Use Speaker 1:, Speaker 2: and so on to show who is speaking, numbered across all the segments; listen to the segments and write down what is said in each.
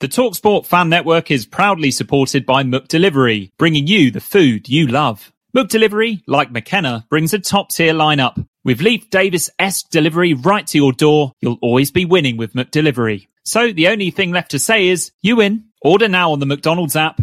Speaker 1: The Talksport Fan Network is proudly supported by Mook Delivery, bringing you the food you love. Mook Delivery, like McKenna, brings a top tier lineup. With Leaf Davis esque delivery right to your door, you'll always be winning with Mook Delivery. So the only thing left to say is, you win. Order now on the McDonald's app,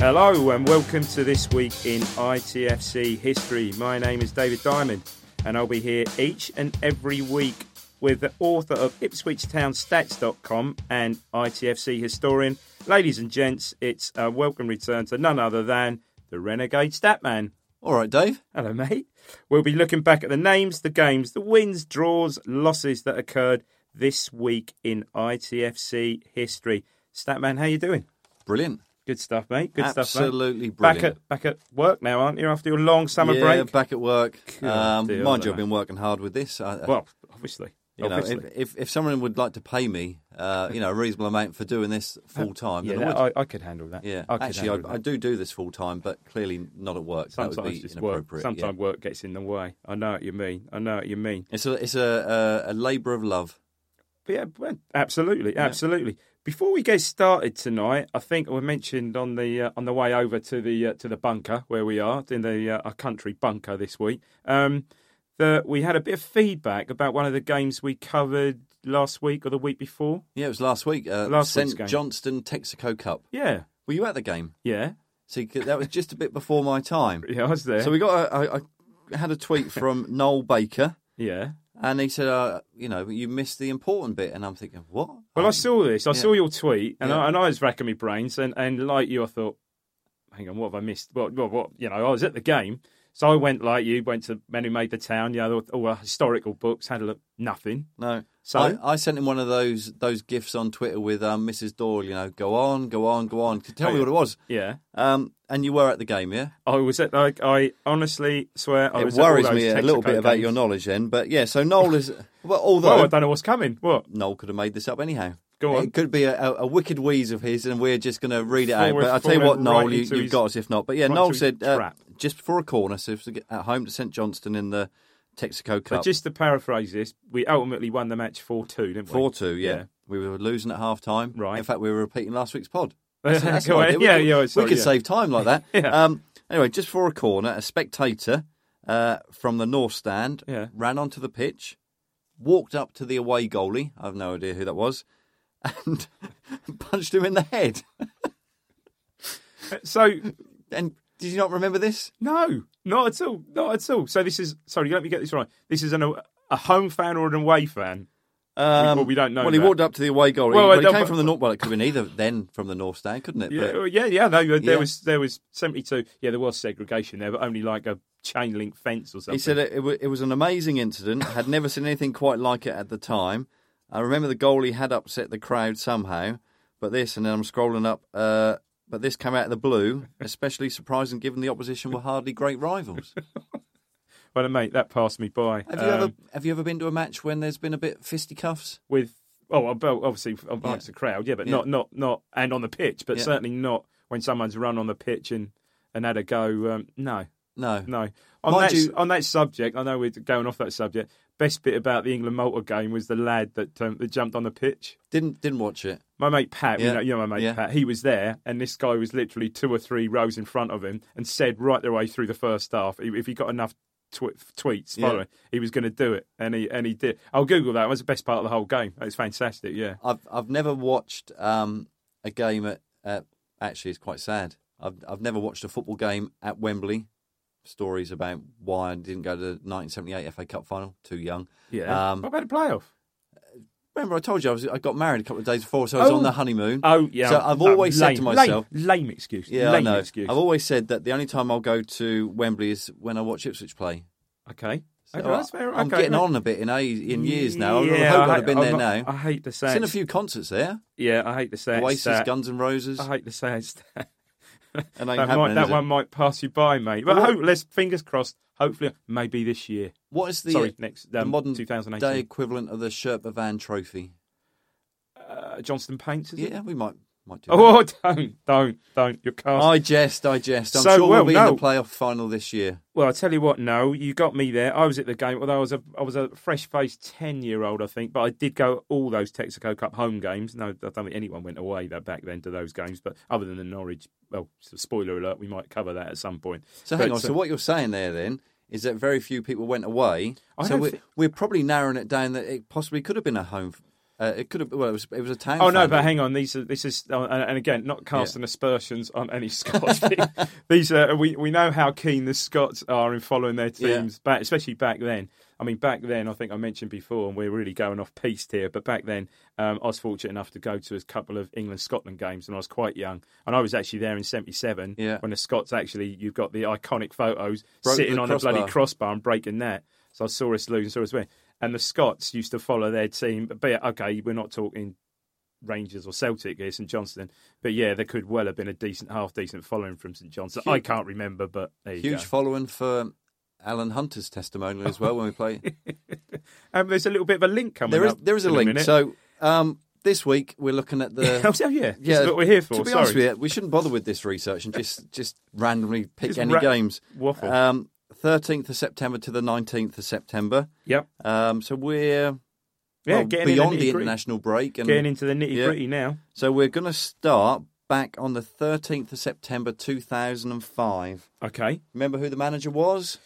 Speaker 2: Hello and welcome to this week in ITFC history. My name is David Diamond and I'll be here each and every week with the author of IpswichTownStats.com and ITFC historian. Ladies and gents, it's a welcome return to none other than the Renegade Statman.
Speaker 3: All right, Dave.
Speaker 2: Hello, mate. We'll be looking back at the names, the games, the wins, draws, losses that occurred this week in ITFC history. Statman, how you doing?
Speaker 3: Brilliant.
Speaker 2: Good stuff, mate. Good stuff, mate.
Speaker 3: Absolutely
Speaker 2: Back
Speaker 3: brilliant.
Speaker 2: at back at work now, aren't you? After your long summer
Speaker 3: yeah,
Speaker 2: break.
Speaker 3: back at work.
Speaker 2: Good
Speaker 3: Um,
Speaker 2: deal,
Speaker 3: mind you, I've
Speaker 2: mate.
Speaker 3: been working hard with this. I, I-
Speaker 2: Well, obviously.
Speaker 3: you know,
Speaker 2: obviously.
Speaker 3: if, if if someone would like to pay me, uh, you know, a reasonable amount for doing this full time,
Speaker 2: Uh, yeah,
Speaker 3: then
Speaker 2: that-
Speaker 3: I would.
Speaker 2: I, I could handle that.
Speaker 3: yeah,
Speaker 2: I could
Speaker 3: actually,
Speaker 2: handle
Speaker 3: I, I
Speaker 2: that.
Speaker 3: do do this full time, but clearly not at work.
Speaker 2: Sometimes
Speaker 3: that would be
Speaker 2: just work.
Speaker 3: inappropriate. yeah.
Speaker 2: Sometimes work gets in the way. I know what you mean. I know what you mean.
Speaker 3: it's a it's a a, a labour of love.
Speaker 2: But yeah, well, absolutely, absolutely. Before we get started tonight, I think we mentioned on the uh, on the way over to the uh, to the bunker where we are in the uh, our country bunker this week um, that we had a bit of feedback about one of the games we covered last week or the week before.
Speaker 3: Yeah, it was last week. Uh,
Speaker 2: Last week's
Speaker 3: St
Speaker 2: game.
Speaker 3: Johnston Texaco Cup.
Speaker 2: Yeah,
Speaker 3: Were you at the game?
Speaker 2: yeah,
Speaker 3: See, 'cause that was just a bit before my time.
Speaker 2: yeah. I was there.
Speaker 3: So we got. A, I, I had a tweet from Noel Baker.
Speaker 2: yeah.
Speaker 3: And he said, uh, you know, you missed the important bit. And I'm thinking, what? Um,
Speaker 2: Well, I saw this. I
Speaker 3: yeah.
Speaker 2: saw your tweet, and,
Speaker 3: Yeah.
Speaker 2: I, and I was racking my brains, and, and like you, I thought, hang on, what have I missed? Well, well, what you know, I was at the game, so I went like you, went to Men Who Made the Town, you know, all the historical books, had a look, nothing.
Speaker 3: No.
Speaker 2: So?
Speaker 3: I, I sent him one of those those gifts on Twitter with um, Mrs. Doyle, you know, go on, go on, go on. Tell
Speaker 2: Oh,
Speaker 3: me
Speaker 2: yeah.
Speaker 3: what it was.
Speaker 2: Yeah,
Speaker 3: Um, and you were at the game, yeah?
Speaker 2: I was at like I honestly swear, I
Speaker 3: it
Speaker 2: was at all
Speaker 3: worries
Speaker 2: those
Speaker 3: me a
Speaker 2: Texaco
Speaker 3: little bit about
Speaker 2: games.
Speaker 3: your knowledge then. But yeah, so Noel is. Well, although.
Speaker 2: Well, I don't know what's coming. What?
Speaker 3: Noel could have made this up anyhow.
Speaker 2: Go on.
Speaker 3: It could be a, a, a wicked wheeze of his, and we're just going to read it out.
Speaker 2: Forward-
Speaker 3: But I'll tell you
Speaker 2: forward
Speaker 3: what, Noel,
Speaker 2: right
Speaker 3: you,
Speaker 2: into
Speaker 3: you've
Speaker 2: his-
Speaker 3: got us if not. But yeah,
Speaker 2: right
Speaker 3: Noel
Speaker 2: into his
Speaker 3: said uh,
Speaker 2: trap.
Speaker 3: just before a corner, so if it's at home to St Johnston in the Texaco Cup.
Speaker 2: But just to paraphrase this, we ultimately won the match four two, didn't we?
Speaker 3: Four two, yeah. We were losing at half time.
Speaker 2: Right.
Speaker 3: In fact, we were repeating last week's pod.
Speaker 2: That's,
Speaker 3: That's an
Speaker 2: all right.
Speaker 3: idea.
Speaker 2: Yeah,
Speaker 3: we,
Speaker 2: yeah.
Speaker 3: We
Speaker 2: sorry,
Speaker 3: could
Speaker 2: yeah.
Speaker 3: save time like that.
Speaker 2: Yeah.
Speaker 3: Um, anyway, just for a corner, a spectator uh, from the north stand
Speaker 2: Yeah.
Speaker 3: ran onto the pitch, walked up to the away goalie. I have no idea who that was, and punched him in the head.
Speaker 2: So
Speaker 3: And did you not remember this?
Speaker 2: No, not at all. Not at all. So this is sorry. Let me get this right. This is an, a home fan or an away fan.
Speaker 3: Um,
Speaker 2: well, we don't know
Speaker 3: Well, he
Speaker 2: that.
Speaker 3: walked up to the away goalie.
Speaker 2: Well,
Speaker 3: Well,
Speaker 2: I
Speaker 3: he
Speaker 2: don't-
Speaker 3: came from the north. Well, it could have been either then from the north stand, couldn't it?
Speaker 2: Yeah,
Speaker 3: But-
Speaker 2: well, yeah, yeah. No, there
Speaker 3: Yeah.
Speaker 2: was there was seventy two. Yeah, there was segregation there, but only like a chain link fence or something.
Speaker 3: He said it, it, wa- it was an amazing incident. Had never seen anything quite like it at the time. I remember the goalie had upset the crowd somehow, but this, and then I'm scrolling up. Uh, but this came out of the blue, especially surprising given the opposition were hardly great rivals.
Speaker 2: "Well, mate, that passed me by."
Speaker 3: Have you ever
Speaker 2: Um,
Speaker 3: have you ever been to a match when there's been a bit fisticuffs?
Speaker 2: with? Oh, well, obviously amongst the crowd, yeah, but
Speaker 3: Yeah.
Speaker 2: not not not and on the pitch, but
Speaker 3: Yeah.
Speaker 2: certainly not when someone's run on the pitch and and had a go. Um, no,
Speaker 3: No.
Speaker 2: No. On
Speaker 3: Mind
Speaker 2: that
Speaker 3: you-
Speaker 2: on that subject, I know we're going off that subject. Best bit about the England Malta game was the lad that um, that jumped on the pitch.
Speaker 3: Didn't didn't watch it.
Speaker 2: My mate Pat, you,
Speaker 3: Yeah.
Speaker 2: know, you know my mate
Speaker 3: Yeah.
Speaker 2: Pat, he was there, and this guy was literally two or three rows in front of him and said right the way through the first half, i- if he got enough tw- tweets
Speaker 3: Yeah.
Speaker 2: following, he was going to do it, and he and he did. I'll Google that. It was the best part of the whole game. It's fantastic. Yeah.
Speaker 3: I've I've never watched um, a game at, at actually it's quite sad. I've I've never watched a football game at Wembley. Stories about why I didn't go to the 1978 FA Cup final. Too young.
Speaker 2: what
Speaker 3: Um,
Speaker 2: about the playoff?
Speaker 3: remember, I told you I was I got married a couple of days before, so I was
Speaker 2: Oh.
Speaker 3: on the honeymoon.
Speaker 2: Oh yeah.
Speaker 3: So I've
Speaker 2: No,
Speaker 3: always said
Speaker 2: lame,
Speaker 3: to myself,
Speaker 2: lame, lame excuse.
Speaker 3: Yeah,
Speaker 2: lame
Speaker 3: I know.
Speaker 2: excuse.
Speaker 3: I've always said that the only time I'll go to Wembley is when I watch Ipswich play.
Speaker 2: okay.
Speaker 3: So
Speaker 2: okay,
Speaker 3: I-
Speaker 2: that's fair.
Speaker 3: I'm
Speaker 2: okay.
Speaker 3: getting
Speaker 2: no.
Speaker 3: on a bit in age, in years now. I hope
Speaker 2: I
Speaker 3: I'd
Speaker 2: hate-
Speaker 3: have been
Speaker 2: I'm
Speaker 3: there
Speaker 2: not-
Speaker 3: now.
Speaker 2: I hate to say
Speaker 3: Seen a
Speaker 2: it's-
Speaker 3: few concerts there.
Speaker 2: Yeah, I hate to say it's
Speaker 3: Oasis,
Speaker 2: that.
Speaker 3: Guns and Roses.
Speaker 2: I hate to say it's that.
Speaker 3: And
Speaker 2: that
Speaker 3: ain't
Speaker 2: might,
Speaker 3: happening,
Speaker 2: that
Speaker 3: is it?
Speaker 2: one might pass you by, mate. But
Speaker 3: Well,
Speaker 2: hope, let's fingers crossed. Hopefully, maybe this year.
Speaker 3: What is the,
Speaker 2: Sorry, next,
Speaker 3: the
Speaker 2: um,
Speaker 3: modern
Speaker 2: 2018.
Speaker 3: day equivalent of the Sherpa Van Trophy?
Speaker 2: Uh, Johnston Paints, is it?
Speaker 3: Yeah, we might might do.
Speaker 2: Oh, don't, don't, don't. You're
Speaker 3: that.
Speaker 2: cast.
Speaker 3: I jest, I jest. I'm
Speaker 2: So,
Speaker 3: sure
Speaker 2: well,
Speaker 3: we'll be
Speaker 2: no.
Speaker 3: in the playoff final this year.
Speaker 2: Well, I tell you what, no, you got me there. I was at the game, although I was a I was a fresh faced ten year old, I think. But I did go all those Texaco Cup home games. No, I don't think anyone went away that back then to those games. But other than the Norwich, well, so spoiler alert, we might cover that at some point.
Speaker 3: So hang
Speaker 2: But,
Speaker 3: on.
Speaker 2: uh,
Speaker 3: So what you're saying there then is that very few people went away.
Speaker 2: I
Speaker 3: so
Speaker 2: don't
Speaker 3: we're,
Speaker 2: thi-
Speaker 3: we're probably narrowing it down that it possibly could have been a home. Uh, it could have. Well, it was. It was a town.
Speaker 2: Oh no,
Speaker 3: final.
Speaker 2: but hang on. These are this is uh, and and again not casting aspersions on any Scots. these are we we know how keen the Scots are in following their
Speaker 3: Yeah.
Speaker 2: teams, back, especially back then. I mean, back then I think I mentioned before, and we're really going off piste here. But back then, um, I was fortunate enough to go to a couple of England Scotland games when I was quite young, and I was actually there in '77
Speaker 3: Yeah.
Speaker 2: when the Scots actually you've got the iconic photos
Speaker 3: Broke
Speaker 2: sitting
Speaker 3: the
Speaker 2: on a bloody
Speaker 3: crossbar.
Speaker 2: crossbar and breaking that. So I saw us lose, saw us win. And the Scots used to follow their team. But yeah, okay, we're not talking Rangers or Celtic here, St Johnston. But yeah, there could well have been a decent, half decent following from St Johnston. I can't remember, but there you
Speaker 3: Huge
Speaker 2: go.
Speaker 3: following for Alan Hunter's testimonial as well when we play.
Speaker 2: um, there's a little bit of a link coming
Speaker 3: there is
Speaker 2: up.
Speaker 3: there is a
Speaker 2: in
Speaker 3: link.
Speaker 2: minute.
Speaker 3: so um, this week we're looking at the.
Speaker 2: Oh, so yeah, yeah, what we're here for.
Speaker 3: To be
Speaker 2: Sorry.
Speaker 3: honest with you, we shouldn't bother with this research and just just randomly pick
Speaker 2: Just
Speaker 3: any
Speaker 2: ra-
Speaker 3: games.
Speaker 2: waffle.
Speaker 3: Um, 13th of September to the 19th of September.
Speaker 2: Yep.
Speaker 3: Um, so we're
Speaker 2: Yeah,
Speaker 3: well,
Speaker 2: getting in
Speaker 3: beyond
Speaker 2: the
Speaker 3: the
Speaker 2: nitty-gritty.
Speaker 3: international break. And,
Speaker 2: Getting into the nitty gritty
Speaker 3: Yeah.
Speaker 2: now.
Speaker 3: So we're going to start back on the 13th of September 2005.
Speaker 2: Okay.
Speaker 3: Remember who the manager was?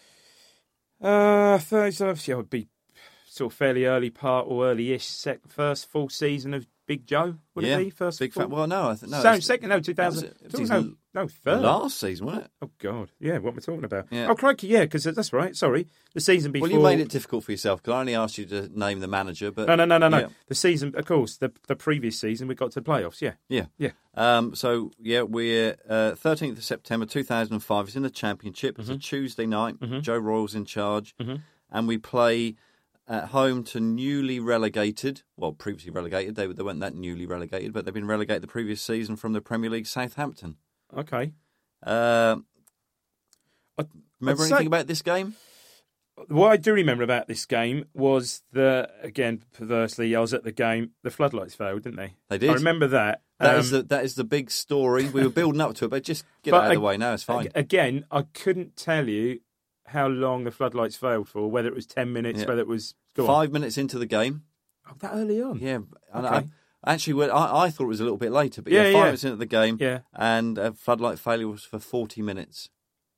Speaker 2: Uh, first, off, yeah, it would be sort of fairly early part or early-ish sec- first full season of Big Joe. Would
Speaker 3: yeah,
Speaker 2: it be first?
Speaker 3: big
Speaker 2: full-
Speaker 3: fan. Well, no, I think no.
Speaker 2: so,
Speaker 3: it's
Speaker 2: second, no, 2000.
Speaker 3: that was it.
Speaker 2: no,
Speaker 3: Season-
Speaker 2: no, third.
Speaker 3: Last season, wasn't it?
Speaker 2: Oh, God. Yeah, what am I talking about?
Speaker 3: Yeah.
Speaker 2: Oh, crikey, yeah, because that's right. Sorry. The season before.
Speaker 3: Well, you made it difficult for yourself because I only asked you to name the manager, but
Speaker 2: No, no, no, no, no.
Speaker 3: Yeah.
Speaker 2: The season, of course, the, the previous season, we got to the playoffs, yeah.
Speaker 3: Yeah.
Speaker 2: Yeah.
Speaker 3: Um, so yeah, we're uh, thirteenth of September two thousand and five. It's in the championship.
Speaker 2: Mm-hmm.
Speaker 3: It's a Tuesday night. Joe Royal's in charge, and we play at home to newly relegated. Well, previously relegated. They they weren't that newly relegated, but they've been relegated the previous season from the Premier League. Southampton.
Speaker 2: Okay.
Speaker 3: Uh,
Speaker 2: I-
Speaker 3: remember
Speaker 2: I'd say-
Speaker 3: anything about this game?
Speaker 2: What I do remember about this game was that, again, perversely, I was at the game. The floodlights failed, didn't they?
Speaker 3: They did.
Speaker 2: I remember that.
Speaker 3: That
Speaker 2: Um,
Speaker 3: is the that is the big story. We were building up to it, but just get it
Speaker 2: But
Speaker 3: out of the
Speaker 2: ag-
Speaker 3: way now. It's fine.
Speaker 2: ag- Again, I couldn't tell you how long the floodlights failed for, whether it was 10 minutes,
Speaker 3: Yeah.
Speaker 2: whether it was. Go on.
Speaker 3: Five minutes into the game,
Speaker 2: Oh, that early on?
Speaker 3: Yeah, and
Speaker 2: Okay.
Speaker 3: I, actually, well, I, I thought it was a little bit later, but
Speaker 2: Yeah,
Speaker 3: yeah,
Speaker 2: yeah.
Speaker 3: five minutes into the game,
Speaker 2: Yeah.
Speaker 3: and uh, floodlight failure was for forty minutes.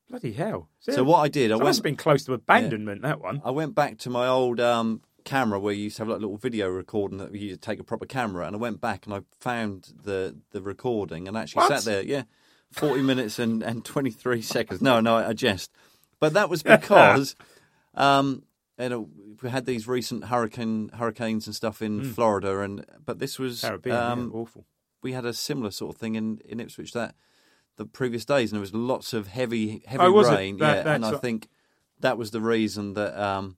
Speaker 2: Bloody hell.
Speaker 3: So what I did, I
Speaker 2: That
Speaker 3: went,
Speaker 2: must have been close to abandonment, that one.
Speaker 3: I went back to my old um, camera where you used to have like a little video recording that you used to take a proper camera, and I went back and I found the the recording and actually
Speaker 2: What?
Speaker 3: sat there, yeah, forty minutes and and twenty three seconds. No, no, I jest, but that was because. um, you know, we had these recent hurricane hurricanes and stuff in Florida, and but this was
Speaker 2: Hmm. Caribbean, yeah,
Speaker 3: um,
Speaker 2: awful.
Speaker 3: we had a similar sort of thing in, in Ipswich that the previous days, and there was lots of heavy heavy
Speaker 2: Oh, was it?
Speaker 3: rain.
Speaker 2: That-
Speaker 3: yeah, and I
Speaker 2: that's-
Speaker 3: think that was the reason that um,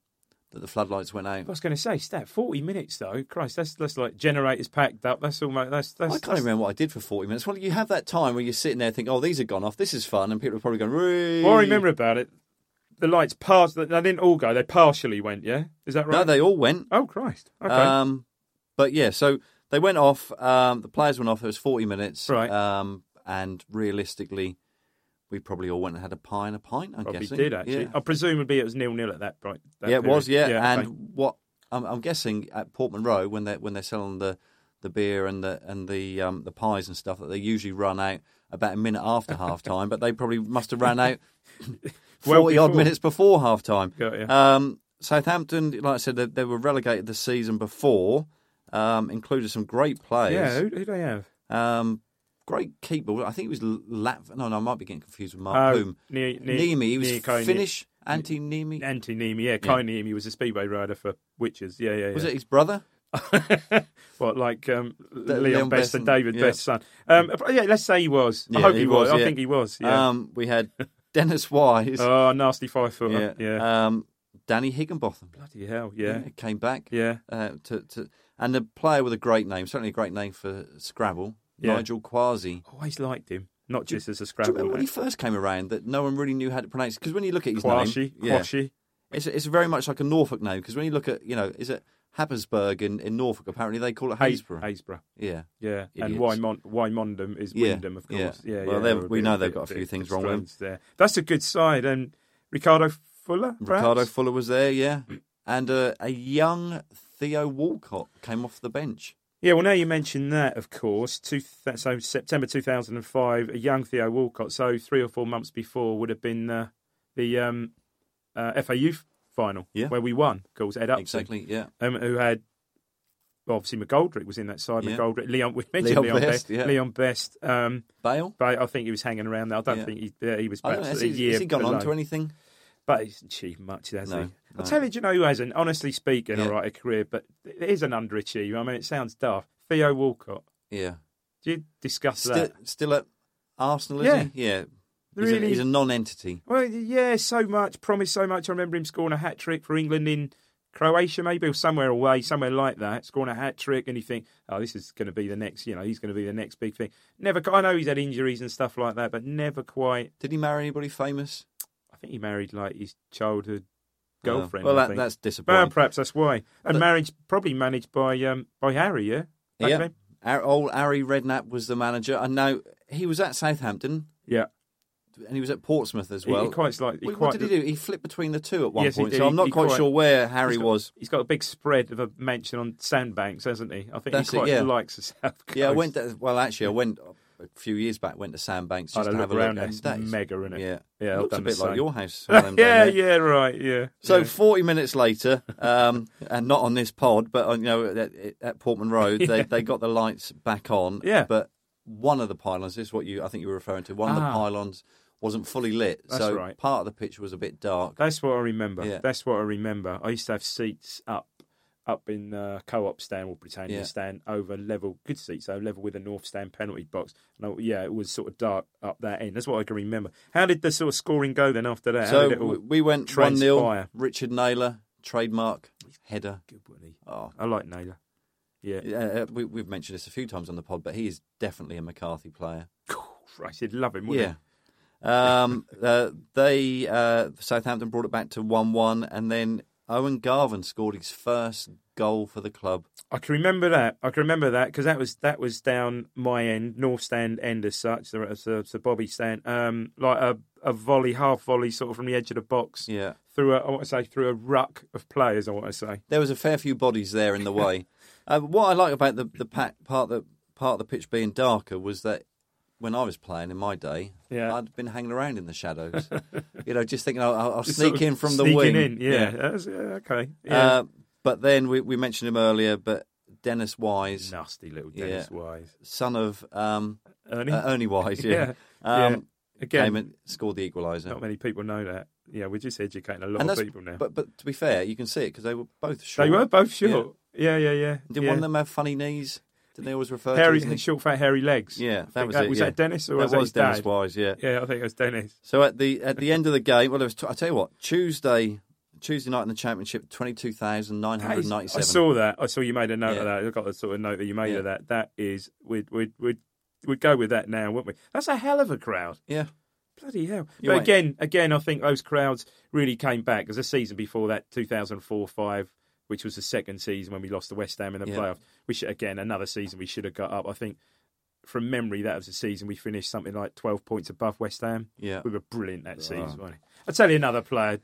Speaker 3: that the floodlights went
Speaker 2: I
Speaker 3: out.
Speaker 2: was going to say, stat forty minutes though. Christ, that's that's like generators packed up. That's almost that's that's.
Speaker 3: I can't
Speaker 2: that's-
Speaker 3: remember what I did for forty minutes. Well, you have that time where you're sitting there thinking, "Oh, these are gone off. This is fun," and people are probably going, "Whee."
Speaker 2: What I remember about it, the lights passed. They didn't all go. They partially went. Yeah, is that right?
Speaker 3: No, they all went.
Speaker 2: Oh Christ. Okay.
Speaker 3: Um, but yeah, so they went off. Um, the players went off. It was forty minutes,
Speaker 2: Right.
Speaker 3: Um, and realistically, we probably all went and had a pie and a pint. I'm
Speaker 2: Probably
Speaker 3: guessing.
Speaker 2: did actually.
Speaker 3: Yeah.
Speaker 2: Uh, presumably it was nil nil at that point. that
Speaker 3: yeah, it was. Yeah,
Speaker 2: period.
Speaker 3: and
Speaker 2: okay.
Speaker 3: what I'm, I'm guessing at Portman Row when they when they're selling the the beer and the and the um, the pies and stuff that they usually run out about a minute after half time, but they probably must have run out
Speaker 2: Well
Speaker 3: forty odd
Speaker 2: before.
Speaker 3: minutes before half time.
Speaker 2: Got ya.
Speaker 3: Um, Southampton, like I said, they, they were relegated the season before, um, included some great
Speaker 2: yeah,
Speaker 3: players.
Speaker 2: who, who do they have?
Speaker 3: Um, great keeper. I think it was Lat. No, no, I might be getting confused with Mark
Speaker 2: Oh,
Speaker 3: Bloom.
Speaker 2: Ne- Ne-
Speaker 3: Nimi, he was
Speaker 2: Nico Ne-
Speaker 3: Finnish. Anti Nimi.
Speaker 2: Anti Nemi, yeah, Kai Nemi was a speedway rider for Witches. Yeah, yeah, yeah.
Speaker 3: Was it his brother?
Speaker 2: what like um, Leon,
Speaker 3: Leon
Speaker 2: Best
Speaker 3: Best
Speaker 2: and
Speaker 3: and-
Speaker 2: David
Speaker 3: yeah.
Speaker 2: Best's son? Um, yeah, let's say he was. I
Speaker 3: Yeah,
Speaker 2: hope he, was. I
Speaker 3: yeah.
Speaker 2: think he was. Yeah.
Speaker 3: Um, we had Dennis Wise.
Speaker 2: oh, nasty five footer.
Speaker 3: yeah.
Speaker 2: Yeah.
Speaker 3: Um, Danny Higginbotham.
Speaker 2: Bloody hell. Yeah.
Speaker 3: Came back.
Speaker 2: Yeah.
Speaker 3: Uh, to, to, and a player with a great name, certainly a great name for Scrabble,
Speaker 2: Yeah.
Speaker 3: Nigel Quasi.
Speaker 2: Always liked him, not just as a
Speaker 3: Do you
Speaker 2: Scrabble.
Speaker 3: remember when
Speaker 2: man.
Speaker 3: he first came around that no one really knew how to pronounce it? Because when you look at his
Speaker 2: Quashy,
Speaker 3: name, yeah,
Speaker 2: Quashy.
Speaker 3: it's, it's very much like a Norfolk name. Because when you look at, you know, is it Happersburg in, in Norfolk? Apparently they call it Haysborough.
Speaker 2: Haysborough.
Speaker 3: yeah.
Speaker 2: Yeah, and
Speaker 3: Idiots.
Speaker 2: Wymond, Wymondham is
Speaker 3: Yeah,
Speaker 2: Wyndham, of
Speaker 3: yeah.
Speaker 2: course. Yeah,
Speaker 3: Well,
Speaker 2: yeah,
Speaker 3: they've-
Speaker 2: they're a
Speaker 3: we
Speaker 2: bit-
Speaker 3: know they've
Speaker 2: bit-
Speaker 3: got a few
Speaker 2: bit
Speaker 3: things wrong with them.
Speaker 2: strange There. That's a good side. And Ricardo Fuller, perhaps?
Speaker 3: Ricardo Fuller was there, yeah. And uh, a young Theo Walcott came off the bench.
Speaker 2: Yeah, well, now you mention that, of course. Two th- so September 2005, a young Theo Walcott. So three or four months before would have been uh, the um, uh, FA Youth final,
Speaker 3: Yeah.
Speaker 2: where we won, of course, Ed Upton,
Speaker 3: Exactly, yeah.
Speaker 2: um, who had well, obviously McGoldrick was in that side.
Speaker 3: Yeah.
Speaker 2: McGoldrick, Leon, we mentioned Leon,
Speaker 3: Leon
Speaker 2: Best,
Speaker 3: Best, yeah.
Speaker 2: Leon Best. Um,
Speaker 3: Bale?
Speaker 2: but I think he was hanging around there. I don't
Speaker 3: Yeah.
Speaker 2: think he, yeah, he was.
Speaker 3: I don't
Speaker 2: perhaps
Speaker 3: know, has
Speaker 2: a
Speaker 3: he,
Speaker 2: year
Speaker 3: has he gone on to
Speaker 2: below.
Speaker 3: anything?
Speaker 2: But he's not achieved much, has
Speaker 3: No,
Speaker 2: he? I'll
Speaker 3: no.
Speaker 2: tell you, do you know who hasn't? Honestly speaking,
Speaker 3: Yeah.
Speaker 2: all right, a career, but it is an underachiever. I mean, it sounds daft. Theo Walcott.
Speaker 3: Yeah.
Speaker 2: Do you discuss
Speaker 3: Still,
Speaker 2: that?
Speaker 3: still at Arsenal, is
Speaker 2: Yeah.
Speaker 3: he? Yeah. He's,
Speaker 2: Really?
Speaker 3: a, he's a non-entity.
Speaker 2: Well, yeah, so much. Promised so much. I remember him scoring a hat trick for England in Croatia, maybe, or somewhere away, somewhere like that. Scoring a hat trick, and you think, oh, this is going to be the next, you know, he's going to be the next big thing. Never, I know he's had injuries and stuff like that, but never quite.
Speaker 3: Did he marry anybody famous?
Speaker 2: I think he married like his childhood
Speaker 3: No.
Speaker 2: girlfriend.
Speaker 3: Well,
Speaker 2: I
Speaker 3: that-
Speaker 2: think.
Speaker 3: that's
Speaker 2: Well,
Speaker 3: disappointing.
Speaker 2: perhaps that's why. And
Speaker 3: But-
Speaker 2: marriage probably managed by um by Harry, yeah. Back
Speaker 3: yeah.
Speaker 2: then?
Speaker 3: Our, old Harry Redknapp was the manager. And now he was at Southampton
Speaker 2: yeah.
Speaker 3: and he was at Portsmouth as
Speaker 2: He- he
Speaker 3: well.
Speaker 2: quite slightly- he
Speaker 3: What,
Speaker 2: quite-
Speaker 3: what did he do? He flipped between the two at one
Speaker 2: Yes, he
Speaker 3: point,
Speaker 2: did.
Speaker 3: so I'm not
Speaker 2: He
Speaker 3: quite,
Speaker 2: quite-
Speaker 3: sure where Harry
Speaker 2: He's got-
Speaker 3: was.
Speaker 2: He's got a big spread of a mention on Sandbanks, hasn't he? I think
Speaker 3: That's
Speaker 2: he
Speaker 3: it,
Speaker 2: quite
Speaker 3: yeah.
Speaker 2: likes the South Coast.
Speaker 3: Yeah, I went. To, well, actually, I went a few years back. Went to Sandbanks
Speaker 2: I
Speaker 3: just
Speaker 2: had a
Speaker 3: to
Speaker 2: look
Speaker 3: have a
Speaker 2: around
Speaker 3: look.
Speaker 2: there.
Speaker 3: and
Speaker 2: It's
Speaker 3: that is-
Speaker 2: mega, innit?
Speaker 3: Yeah,
Speaker 2: Yeah, I've
Speaker 3: looks a
Speaker 2: done
Speaker 3: bit
Speaker 2: the
Speaker 3: like
Speaker 2: same.
Speaker 3: your house. one of them down
Speaker 2: yeah,
Speaker 3: there.
Speaker 2: yeah, right, yeah.
Speaker 3: So
Speaker 2: yeah.
Speaker 3: 40 minutes later, um, and not on this pod, but on, you know at, at Portman Road, they, they got the lights back on.
Speaker 2: Yeah.
Speaker 3: but one of the pylons this is what you I think you were referring to. One of the
Speaker 2: Ah.
Speaker 3: pylons wasn't fully lit,
Speaker 2: That's
Speaker 3: so
Speaker 2: right.
Speaker 3: part of the picture was a bit dark.
Speaker 2: That's what I remember.
Speaker 3: Yeah.
Speaker 2: That's what I remember. I used to have seats up up in uh, co-op stand or Britannia
Speaker 3: Yeah.
Speaker 2: stand over level, good seats, so level with the north stand penalty box. And I, yeah, it was sort of dark up that end. That's what I can remember. How did the sort of scoring go then after that? How
Speaker 3: so
Speaker 2: did it all-
Speaker 3: we we went one 0
Speaker 2: transpire?
Speaker 3: Richard Naylor trademark header.
Speaker 2: Good, wasn't he?
Speaker 3: Oh,
Speaker 2: I like Naylor. Yeah.
Speaker 3: Yeah, uh, we, we've mentioned this a few times on the pod, but he is definitely a McCarthy player.
Speaker 2: I should love him, wouldn't
Speaker 3: yeah. Um, uh, they uh, Southampton brought it back to one-one, and then Owen Garvin scored his first goal for the club.
Speaker 2: I? I can remember that. I can remember that because that was that was down my end, north stand end as such, the, the, the Bobby stand, um, like a, a volley, half volley, sort of from the edge of the box.
Speaker 3: Yeah,
Speaker 2: through a, I want to say through a ruck of players. I want to say
Speaker 3: there was a fair few bodies there in the way. uh, what I like about the the pa- part that part of the pitch being darker was that when I was playing in my day,
Speaker 2: Yeah.
Speaker 3: I'd been hanging around in the shadows, you know, just thinking I'll, I'll I'll
Speaker 2: Just
Speaker 3: sneak
Speaker 2: sort of
Speaker 3: in from the
Speaker 2: sneaking
Speaker 3: wing.
Speaker 2: In, yeah, That's- yeah, okay. Yeah.
Speaker 3: Uh, but then we, we mentioned him earlier, but Dennis Wise,
Speaker 2: Nasty little
Speaker 3: yeah.
Speaker 2: Dennis Wise,
Speaker 3: son of um,
Speaker 2: Ernie.
Speaker 3: uh, Ernie Wise,
Speaker 2: yeah,
Speaker 3: yeah,
Speaker 2: yeah.
Speaker 3: Um,
Speaker 2: Again,
Speaker 3: came and scored the equaliser.
Speaker 2: not many people know that. Yeah, we're just educating a lot
Speaker 3: And
Speaker 2: of
Speaker 3: that's-
Speaker 2: people now.
Speaker 3: But but to be fair, you can see it because they were both short.
Speaker 2: they were both
Speaker 3: Yeah.
Speaker 2: short. Yeah, yeah, yeah.
Speaker 3: Did
Speaker 2: yeah.
Speaker 3: one of them have funny knees? Did they always refer
Speaker 2: hairy,
Speaker 3: to his
Speaker 2: short, fat, hairy legs?
Speaker 3: Yeah,
Speaker 2: I
Speaker 3: that
Speaker 2: think
Speaker 3: was it,
Speaker 2: Was
Speaker 3: yeah.
Speaker 2: that Dennis or
Speaker 3: That
Speaker 2: was,
Speaker 3: was
Speaker 2: that his
Speaker 3: Dennis
Speaker 2: dad?
Speaker 3: Wise, yeah.
Speaker 2: Yeah, I think it was Dennis.
Speaker 3: So at the at the end of the game, well, it was t- I tell you what, Tuesday Tuesday night in the championship, twenty two thousand nine
Speaker 2: That
Speaker 3: hundred
Speaker 2: is-
Speaker 3: ninety
Speaker 2: I
Speaker 3: seven.
Speaker 2: saw that. I saw you made a note of
Speaker 3: Yeah.
Speaker 2: that. I got the sort of note that you made
Speaker 3: Yeah.
Speaker 2: of that. That is, we'd we'd we'd we'd go with that now, wouldn't we? That's a hell of a crowd.
Speaker 3: Yeah,
Speaker 2: Bloody hell!
Speaker 3: You
Speaker 2: but
Speaker 3: might-
Speaker 2: again, again, I think those crowds really came back because the season before that, two thousand four five, which was the second season when we lost to West Ham in the
Speaker 3: Yeah.
Speaker 2: playoff. We should again another season we should have got up. I think from memory, that was the season we finished something like 12 points above West Ham.
Speaker 3: Yeah.
Speaker 2: We were brilliant that season, weren't we? I'll tell you another player,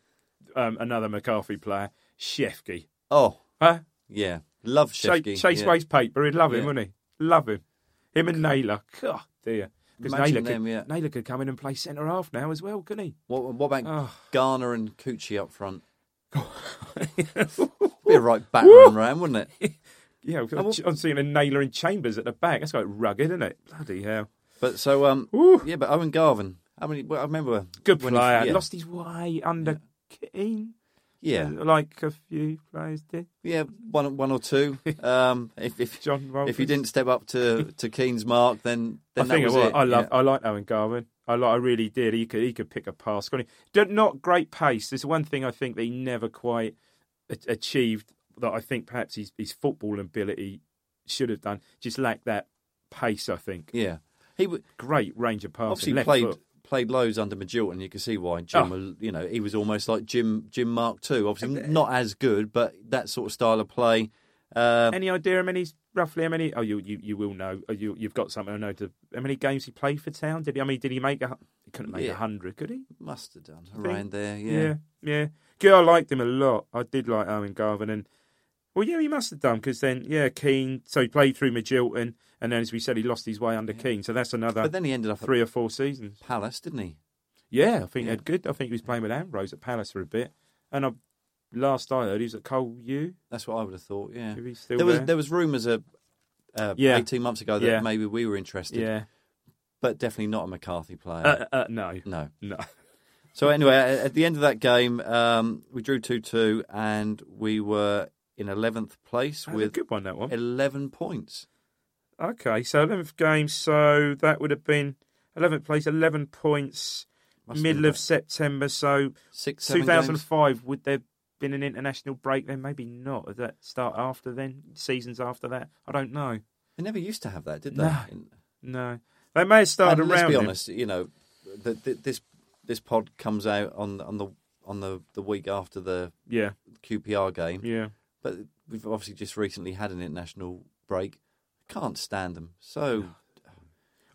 Speaker 2: um, another McCarthy player, Shefke.
Speaker 3: Oh,
Speaker 2: Huh?
Speaker 3: yeah. Love
Speaker 2: Chase,
Speaker 3: Shefki.
Speaker 2: Chase
Speaker 3: yeah.
Speaker 2: Waste Paper, he'd love him,
Speaker 3: Yeah.
Speaker 2: wouldn't he? Love him. Him and Naylor. God, dear. Because
Speaker 3: Imagine
Speaker 2: Naylor, could-
Speaker 3: them, yeah.
Speaker 2: Naylor could come in and play centre half now as well, couldn't he?
Speaker 3: What, what about
Speaker 2: Oh.
Speaker 3: Garner and Coochie up front? Be a right back run round, wouldn't it?
Speaker 2: yeah, we've got
Speaker 3: And
Speaker 2: a- I'm seeing a Naylor and Chambers at the back. That's quite rugged, isn't it? Bloody hell.
Speaker 3: But so, um,
Speaker 2: Woo.
Speaker 3: yeah, but Owen Garvin. I mean, well, I remember
Speaker 2: Good
Speaker 3: when he-
Speaker 2: player.
Speaker 3: yeah,
Speaker 2: Lost his way under Keane.
Speaker 3: yeah,
Speaker 2: Like a few players did.
Speaker 3: yeah, one, one or two. Um, if if
Speaker 2: John Walters.
Speaker 3: if you didn't step up to to Keane's mark, then then
Speaker 2: I think
Speaker 3: that
Speaker 2: it
Speaker 3: was
Speaker 2: was.
Speaker 3: it.
Speaker 2: I love.
Speaker 3: Yeah.
Speaker 2: I like Owen Garvin. I like. I really did. He could. He could pick a pass. Couldn't he? Don't- Not great pace. There's one thing I think that he never quite a- achieved that I think perhaps his, his football ability should have done. Just lacked that pace. I think.
Speaker 3: yeah. He w-
Speaker 2: Great range of passing.
Speaker 3: obviously
Speaker 2: left
Speaker 3: played
Speaker 2: foot. Ah.
Speaker 3: played loads under Magilton. You can see why Jim. was- You know, he was almost like Jim Jim Mark Two. Obviously, not as good, but that sort of style of play. Uh,
Speaker 2: Any idea how many roughly how many? Oh, you you, you will know. Oh, You you've got something. I know. To, how many games he played for Town? Did he? I mean, did he make a? hu- He couldn't make a
Speaker 3: Yeah.
Speaker 2: hundred, could he?
Speaker 3: must have done
Speaker 2: think.
Speaker 3: around there.
Speaker 2: Yeah,
Speaker 3: Yeah,
Speaker 2: yeah. Good, I liked him a lot. I did like Owen Garvin, and well, yeah, he must have done because then, yeah, Keane. So he played through Magilton, and then as we said, he lost his way under Keane. So that's another
Speaker 3: but then he ended up
Speaker 2: three or four seasons.
Speaker 3: at Palace, didn't he?
Speaker 2: Yeah, I think
Speaker 3: Yeah.
Speaker 2: he had good. I think he was playing with Ambrose at Palace for a bit, and I, last I heard, he was at Cole U.
Speaker 3: That's what I would have thought. Yeah,
Speaker 2: If he's still
Speaker 3: there was
Speaker 2: there.
Speaker 3: there was rumours of. Uh,
Speaker 2: Yeah.
Speaker 3: 18 months ago that
Speaker 2: Yeah.
Speaker 3: maybe we were interested
Speaker 2: Yeah,
Speaker 3: but definitely not a McCarthy player
Speaker 2: uh, uh, no,
Speaker 3: no
Speaker 2: no.
Speaker 3: So anyway, at the end of that game, um, we drew two two, and we were in eleventh place
Speaker 2: That was a
Speaker 3: with
Speaker 2: good one that one.
Speaker 3: eleven points.
Speaker 2: Okay, so eleventh game. So that would have been eleventh place, eleven points.
Speaker 3: Must have been
Speaker 2: middle of
Speaker 3: about
Speaker 2: September. So
Speaker 3: Six, seven games.
Speaker 2: 2005 would there been an international break then maybe not Would that start after then seasons after that i don't know
Speaker 3: They never used to have that, did they?
Speaker 2: No.
Speaker 3: And-
Speaker 2: no they may have started
Speaker 3: and
Speaker 2: around
Speaker 3: Um, let's be
Speaker 2: him.
Speaker 3: honest, you know, the, the, this this pod comes out on on the on the, the week after the
Speaker 2: yeah
Speaker 3: QPR game,
Speaker 2: yeah
Speaker 3: but we've obviously just recently had an international break. Can't stand them. So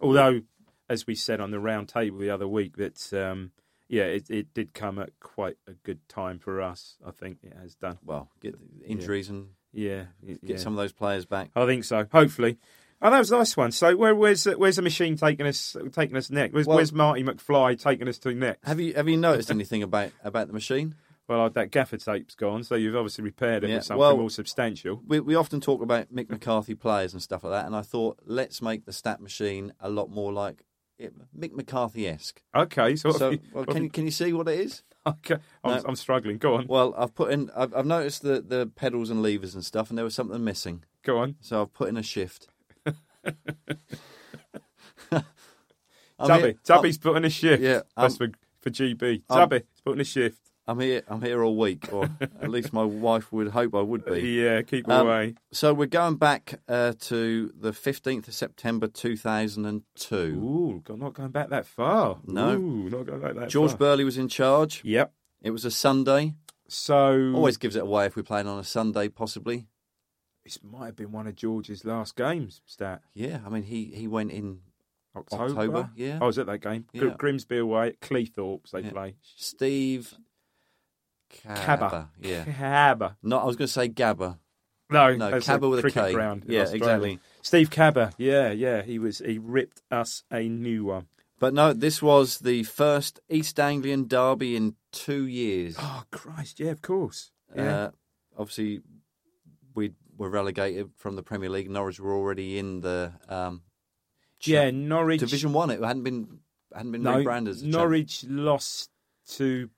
Speaker 2: although as we said on the round table the other week that um yeah it, it did come at quite a good time for us i think it has done
Speaker 3: well, get injuries and
Speaker 2: yeah it- yeah.
Speaker 3: get some of those players back.
Speaker 2: i think so hopefully Oh, that was a nice one. So, where, where's where's the machine taking us taking us next? Where's,
Speaker 3: Well-
Speaker 2: where's Marty McFly taking us to next?
Speaker 3: Have you have you noticed anything about about the machine?
Speaker 2: Well, that gaffer tape's gone, so you've obviously repaired it
Speaker 3: Yeah,
Speaker 2: with something
Speaker 3: well-
Speaker 2: more substantial.
Speaker 3: we, we often talk about Mick McCarthy players and stuff like that, and I thought let's make the stat machine a lot more like it, Mick McCarthy esque.
Speaker 2: Okay, so, what
Speaker 3: So,
Speaker 2: have you-
Speaker 3: well,
Speaker 2: what have
Speaker 3: can you can you see what it is?
Speaker 2: you- okay, I'm,
Speaker 3: No.
Speaker 2: I'm struggling. Go on,
Speaker 3: Well, I've put in. I've, I've noticed the the pedals and levers and stuff, and there was something missing,
Speaker 2: go on.
Speaker 3: so I've put in a shift. I'm
Speaker 2: Tubby,
Speaker 3: here-
Speaker 2: Tubby's putting a shift.
Speaker 3: Yeah,
Speaker 2: that's
Speaker 3: I'm-
Speaker 2: for for GB.
Speaker 3: I'm-
Speaker 2: Tubby's putting a shift.
Speaker 3: I'm here. I'm here all week, or at least my wife would hope I would be.
Speaker 2: Yeah, uh, keep
Speaker 3: Um,
Speaker 2: away.
Speaker 3: So we're going back uh, to the 15th of September 2002.
Speaker 2: Ooh, go- not going back that far.
Speaker 3: No.
Speaker 2: Ooh, not going back that
Speaker 3: George
Speaker 2: far.
Speaker 3: Burley was in charge.
Speaker 2: Yep.
Speaker 3: It was a Sunday.
Speaker 2: So
Speaker 3: Always gives it away if we're playing on a Sunday, possibly.
Speaker 2: this might have been one of George's last games. Stat
Speaker 3: Yeah, I mean he he went in.
Speaker 2: October.
Speaker 3: October, yeah.
Speaker 2: I was at that game. Gr-
Speaker 3: Yeah.
Speaker 2: Grimsby away. at Cleethorpes they
Speaker 3: Yeah.
Speaker 2: play.
Speaker 3: Steve
Speaker 2: Cabba.
Speaker 3: Cabba. Yeah.
Speaker 2: Cabba.
Speaker 3: No, I was going to say Gabba.
Speaker 2: No,
Speaker 3: No,
Speaker 2: that's
Speaker 3: Cabba with a
Speaker 2: cricket
Speaker 3: K.
Speaker 2: Ground in
Speaker 3: Yeah,
Speaker 2: Australia.
Speaker 3: exactly.
Speaker 2: Steve Cabba. Yeah, yeah. He was. He ripped us a new one.
Speaker 3: But no, this was the first East Anglian derby in two years.
Speaker 2: Oh Christ! Yeah, of course. Yeah.
Speaker 3: Uh, obviously, we were relegated from the Premier League. Norwich were already in the um,
Speaker 2: yeah, Norwich.
Speaker 3: Division One. It hadn't been hadn't been
Speaker 2: no,
Speaker 3: rebranded. As the Champ-
Speaker 2: Norwich lost to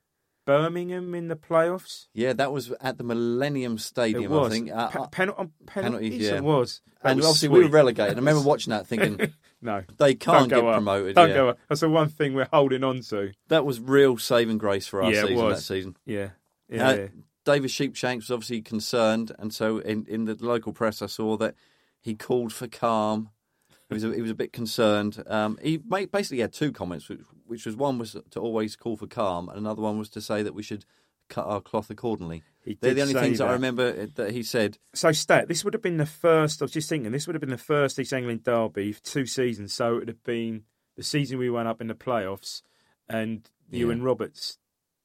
Speaker 2: Birmingham in the playoffs.
Speaker 3: Yeah, that was at the Millennium Stadium.
Speaker 2: it was.
Speaker 3: I think. Uh,
Speaker 2: Pe-
Speaker 3: uh,
Speaker 2: penal- on penalties.
Speaker 3: penalties, yeah.
Speaker 2: It was. That
Speaker 3: and
Speaker 2: was
Speaker 3: obviously we
Speaker 2: sweet.
Speaker 3: were relegated. I remember watching that, thinking
Speaker 2: No.
Speaker 3: they
Speaker 2: don't
Speaker 3: can't
Speaker 2: go
Speaker 3: get
Speaker 2: up.
Speaker 3: promoted.
Speaker 2: Don't
Speaker 3: yeah.
Speaker 2: go up. That's the one thing we're holding on to.
Speaker 3: That was real saving grace for our
Speaker 2: Yeah, it
Speaker 3: season
Speaker 2: was.
Speaker 3: that season.
Speaker 2: Yeah. Yeah.
Speaker 3: Uh, David Sheepshanks was obviously concerned, and so in, in the local press, I saw that he called for calm. He was a, he was a bit concerned. Um, he ma- basically had two comments, which, which was one was to always call for calm, and another one was to say that we should cut our cloth accordingly.
Speaker 2: He
Speaker 3: They're
Speaker 2: did
Speaker 3: the only
Speaker 2: say
Speaker 3: things that I
Speaker 2: that.
Speaker 3: remember eh, that he said.
Speaker 2: So, Stat, this would have been the first. I was just thinking, this would have been the first East Anglian derby for two seasons. So it would have been the season we went up in the playoffs, and you
Speaker 3: Yeah.
Speaker 2: and Roberts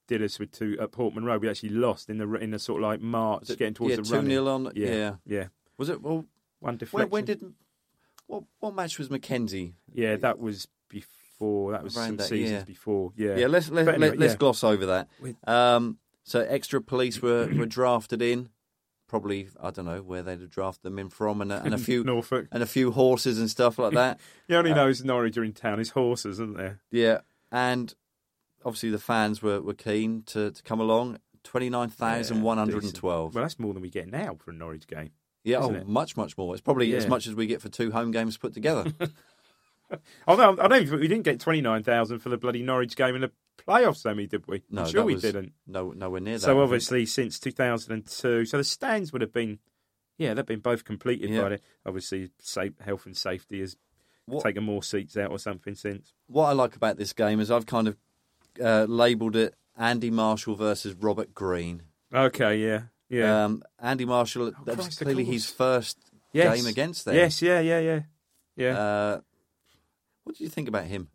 Speaker 2: did us with two at Portman Road. We actually lost in the in the sort of like March,
Speaker 3: Was it-
Speaker 2: getting towards
Speaker 3: yeah,
Speaker 2: the
Speaker 3: 2-0
Speaker 2: running.
Speaker 3: on- yeah.
Speaker 2: yeah.
Speaker 3: Was it? Well,
Speaker 2: One
Speaker 3: when,
Speaker 2: deflection.
Speaker 3: when did? What what match was Mackenzie?
Speaker 2: Yeah, that was before. That was
Speaker 3: Around
Speaker 2: some
Speaker 3: that,
Speaker 2: seasons
Speaker 3: yeah.
Speaker 2: before. Yeah.
Speaker 3: Yeah, let's let,
Speaker 2: But anyway,
Speaker 3: let, us
Speaker 2: yeah.
Speaker 3: gloss over that.
Speaker 2: We-
Speaker 3: Um, so extra police were, were drafted in. Probably I don't know where they'd have drafted them in from, and a, and a few
Speaker 2: Norfolk.
Speaker 3: and a few horses and stuff like that.
Speaker 2: He only
Speaker 3: Uh,
Speaker 2: knows Norwich are in town. His horses, isn't there?
Speaker 3: yeah, and obviously the fans were, were keen to, to come along. Twenty nine thousand one hundred and twelve.
Speaker 2: Well, that's more than we get now for a Norwich game.
Speaker 3: Yeah,
Speaker 2: isn't
Speaker 3: oh,
Speaker 2: it?
Speaker 3: much much more. It's probably as
Speaker 2: Yeah.
Speaker 3: much as we get for two home games put together.
Speaker 2: Although Oh, I don't think we didn't get twenty nine thousand for the bloody Norwich game in the playoffs, semi, did we?
Speaker 3: No,
Speaker 2: I'm sure
Speaker 3: that
Speaker 2: we
Speaker 3: was
Speaker 2: didn't.
Speaker 3: No, nowhere near that. I
Speaker 2: So
Speaker 3: think.
Speaker 2: obviously, since two thousand and two, so the stands would have been, yeah, they've been both completed
Speaker 3: Yeah.
Speaker 2: by the obviously safe, health and safety has
Speaker 3: What-
Speaker 2: taken more seats out or something since.
Speaker 3: what I like about this game is I've kind of uh, labelled it Andy Marshall versus Robert Green.
Speaker 2: Okay, yeah, yeah,
Speaker 3: Um, Andy Marshall,
Speaker 2: Oh,
Speaker 3: that was
Speaker 2: Christ, of
Speaker 3: clearly
Speaker 2: course.
Speaker 3: his first
Speaker 2: yes.
Speaker 3: game against them.
Speaker 2: Yes, yeah, yeah, yeah, yeah.
Speaker 3: Uh, what do you think about him?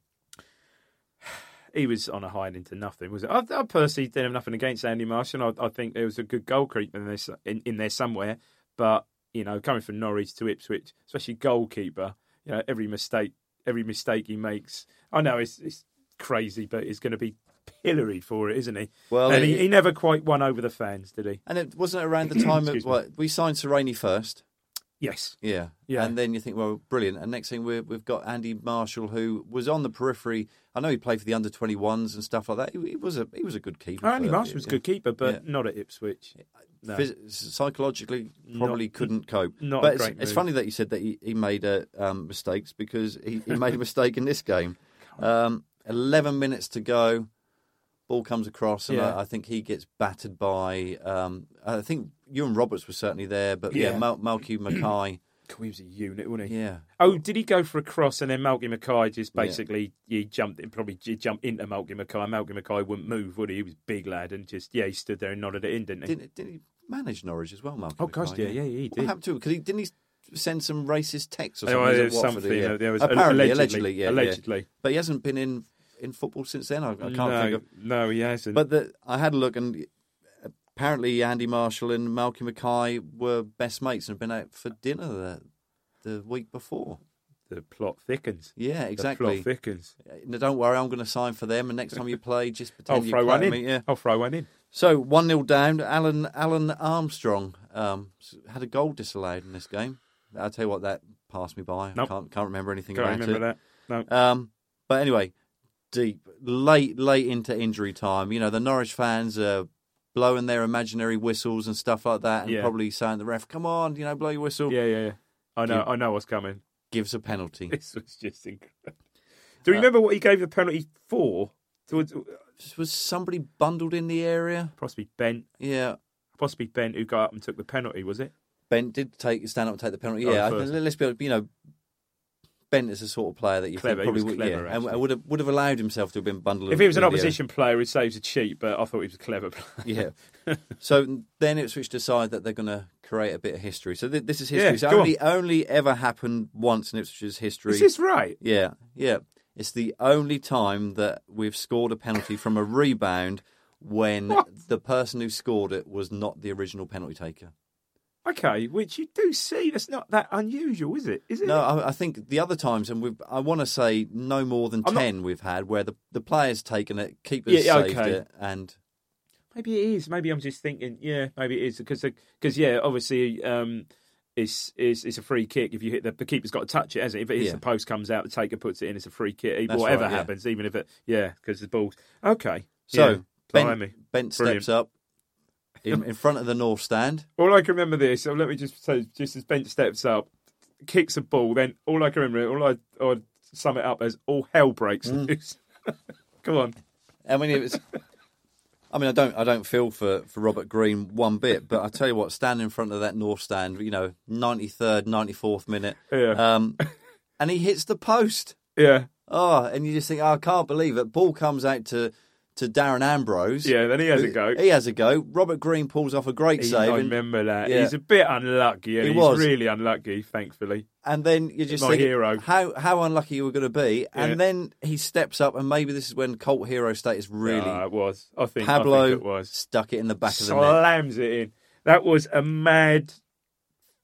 Speaker 2: he was on a hide into nothing, was it? I, I personally didn't have nothing against Andy Marshall. I, I think there was a good goal creep in there, in, in there somewhere. But you know, coming from Norwich to Ipswich, especially goalkeeper, you know, every mistake, every mistake he makes, I know it's, it's crazy, but it's going to be pilloried for it, isn't he?
Speaker 3: Well,
Speaker 2: and he,
Speaker 3: it-
Speaker 2: he never quite won over the fans, did he?
Speaker 3: And it wasn't around the time of
Speaker 2: Excuse me.
Speaker 3: what we signed Serrani first.
Speaker 2: Yes.
Speaker 3: Yeah.
Speaker 2: Yeah.
Speaker 3: And then you think, well, brilliant. And next thing we're, we've got Andy Marshall, who was on the periphery. I know he played for the under 21s and stuff like that. He, he was a he was a good keeper.
Speaker 2: Andy
Speaker 3: for-
Speaker 2: Marshall was a good keeper, but not at Ipswich. No.
Speaker 3: Phys- psychologically probably
Speaker 2: Not-
Speaker 3: couldn't cope.
Speaker 2: not a
Speaker 3: but it's,
Speaker 2: great
Speaker 3: it's
Speaker 2: move.
Speaker 3: funny that you said that he, he made uh, um, mistakes because he, he made a mistake in this game. Um, Eleven minutes to go, ball comes across, and
Speaker 2: Yeah.
Speaker 3: I, I think he gets battered by. Um, I think you and Roberts were certainly there, but yeah,
Speaker 2: Yeah.
Speaker 3: Mal- Malky Mackay,
Speaker 2: God, He was a unit, wasn't he?
Speaker 3: yeah.
Speaker 2: Oh, did he go for a cross and then Malky Mackay just
Speaker 3: Yeah.
Speaker 2: basically he jumped in probably he jumped into Malky Mackay. Malky Mackay wouldn't move, would he? He was a big lad and just yeah, he stood there and nodded it in, didn't he?
Speaker 3: Did, did he manage Norwich as well, Malky?
Speaker 2: Oh, gosh,
Speaker 3: Mackay?
Speaker 2: yeah, yeah, he
Speaker 3: What
Speaker 2: did.
Speaker 3: happened to him? Because he didn't he send some racist texts or
Speaker 2: Oh, there
Speaker 3: something? He
Speaker 2: was
Speaker 3: was at Watford,
Speaker 2: something, uh,
Speaker 3: yeah.
Speaker 2: there was-
Speaker 3: apparently
Speaker 2: allegedly,
Speaker 3: yeah, yeah.
Speaker 2: allegedly.
Speaker 3: But he hasn't been in in football since then. I, I can't
Speaker 2: no,
Speaker 3: think of.
Speaker 2: no, he hasn't.
Speaker 3: But the, I had a look, and apparently Andy Marshall and Malcolm Mackay were best mates and had been out for dinner the, the week before.
Speaker 2: the plot thickens.
Speaker 3: Yeah,
Speaker 2: The
Speaker 3: exactly.
Speaker 2: plot thickens.
Speaker 3: Now, don't worry, I'm going to sign for them. And next time you play, just pretend
Speaker 2: I'll
Speaker 3: you
Speaker 2: throw
Speaker 3: play
Speaker 2: one in.
Speaker 3: me. Yeah.
Speaker 2: I'll throw one in.
Speaker 3: So one 0 down. Alan Alan Armstrong um, s- had a goal disallowed in this game. I'll tell you what, that passed me by. I
Speaker 2: Nope.
Speaker 3: can't can't remember anything
Speaker 2: Can't
Speaker 3: about
Speaker 2: remember
Speaker 3: it.
Speaker 2: that. No.
Speaker 3: Um, but anyway, deep late late into injury time. You know the Norwich fans are blowing their imaginary whistles and stuff like that, and
Speaker 2: Yeah.
Speaker 3: probably saying to the ref, "Come on, you know, blow your whistle."
Speaker 2: yeah, yeah, yeah. I know
Speaker 3: Yeah.
Speaker 2: I know what's coming.
Speaker 3: Gives a penalty.
Speaker 2: This was just incredible.
Speaker 3: Uh,
Speaker 2: Do you remember what he gave the penalty for? Towards
Speaker 3: Was somebody bundled in the area?
Speaker 2: possibly Bent.
Speaker 3: Yeah.
Speaker 2: Possibly Bent who got up and took the penalty, was it?
Speaker 3: Bent did take stand up and take the penalty.
Speaker 2: Oh,
Speaker 3: Yeah, I-
Speaker 2: first.
Speaker 3: let's be you know, Bent is the sort of player that you
Speaker 2: Clever, he
Speaker 3: think probably
Speaker 2: was
Speaker 3: would,
Speaker 2: clever,
Speaker 3: yeah, and-
Speaker 2: actually.
Speaker 3: and would have would have allowed himself to have been bundled.
Speaker 2: If he was
Speaker 3: in
Speaker 2: an
Speaker 3: the uh,
Speaker 2: opposition player, he'd say he was a cheat, but I thought he was a clever player.
Speaker 3: area. yeah. so then Ipswich decide that they're going to create a bit of history. So th- this is history.
Speaker 2: Yeah,
Speaker 3: so
Speaker 2: go
Speaker 3: only only ever happened once in Ipswich's history.
Speaker 2: Is this right?
Speaker 3: Yeah, yeah. It's the only time that we've scored a penalty from a rebound when the person who scored it was not the original penalty taker.
Speaker 2: Okay, which you do see. That's not that unusual, is it? Is it?
Speaker 3: No, I, I think the other times, and we've, I want to say no more than
Speaker 2: I'm not-
Speaker 3: ten we've had where the the player's taken it, keeper's
Speaker 2: Yeah, yeah,
Speaker 3: saved
Speaker 2: okay.
Speaker 3: it, and
Speaker 2: Maybe it is. Maybe I'm just thinking. Yeah, maybe it is because because yeah, obviously. Um, it's, it's, it's a free kick if you hit the, the keeper's got to touch it, hasn't it? If it hits
Speaker 3: Yeah.
Speaker 2: the post, comes out, the taker puts it in. It's a free kick, even
Speaker 3: That's
Speaker 2: whatever
Speaker 3: right, yeah.
Speaker 2: happens, even if it yeah, because the ball's okay.
Speaker 3: so
Speaker 2: yeah, blimey.
Speaker 3: Bent, Bent
Speaker 2: Brilliant.
Speaker 3: steps up in, in front of the north stand.
Speaker 2: All I can remember this. So let me just say, just as Bent steps up, kicks a ball. Then all I can remember, all I I'd sum it up as all hell breaks
Speaker 3: Mm.
Speaker 2: loose. Come on,
Speaker 3: I mean, it was. I mean, I don't, I don't feel for, for Robert Green one bit, but I tell you what, standing in front of that north stand, you know, ninety third, ninety fourth minute,
Speaker 2: Yeah.
Speaker 3: um, and he hits the post. Ah,
Speaker 2: yeah,
Speaker 3: Oh, and you just think, oh, I can't believe it. Ball comes out to to Darren Ambrose.
Speaker 2: Yeah, then he has a go.
Speaker 3: He has a go. Robert Green pulls off a great
Speaker 2: He-
Speaker 3: save.
Speaker 2: I
Speaker 3: and-
Speaker 2: remember that.
Speaker 3: Yeah.
Speaker 2: He's a bit unlucky. And
Speaker 3: He
Speaker 2: he's
Speaker 3: was.
Speaker 2: really unlucky, thankfully.
Speaker 3: and then you just
Speaker 2: My
Speaker 3: think
Speaker 2: hero.
Speaker 3: how how unlucky you were going to be, and
Speaker 2: Yeah.
Speaker 3: then he steps up, and maybe this is when cult hero status really
Speaker 2: Ah, it was. I think, I think
Speaker 3: Pablo
Speaker 2: it was.
Speaker 3: stuck it in the back of the net.
Speaker 2: Slams it in. That was a mad,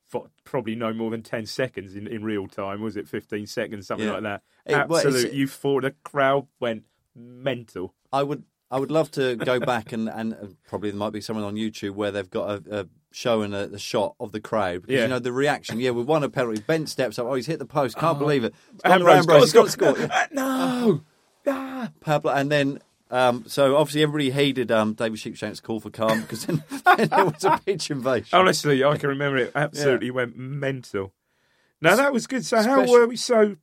Speaker 2: fo- probably no more than 10 seconds in, in real time, was it? 15 seconds, something
Speaker 3: Yeah.
Speaker 2: like that.
Speaker 3: It- well, it's-
Speaker 2: Absolute euphoria. The crowd went mental.
Speaker 3: I would I would love to go back and and uh, probably there might be someone on YouTube where they've got a. a Show and a, a shot of the crowd because
Speaker 2: Yeah.
Speaker 3: you know the reaction. Yeah, we won a penalty. Bent steps up. Oh, he's hit the post. Can't believe it. It's gone to
Speaker 2: Ambrose,
Speaker 3: Ambrose.
Speaker 2: gotta
Speaker 3: He's got to score.
Speaker 2: Ah, no! Ah!
Speaker 3: Pablo, and then um, so obviously everybody hated um, David Sheepshank's call for calm because then, then there was a pitch invasion.
Speaker 2: Honestly, I can remember it absolutely went mental. Now that was good. So how
Speaker 3: Special-
Speaker 2: were we? So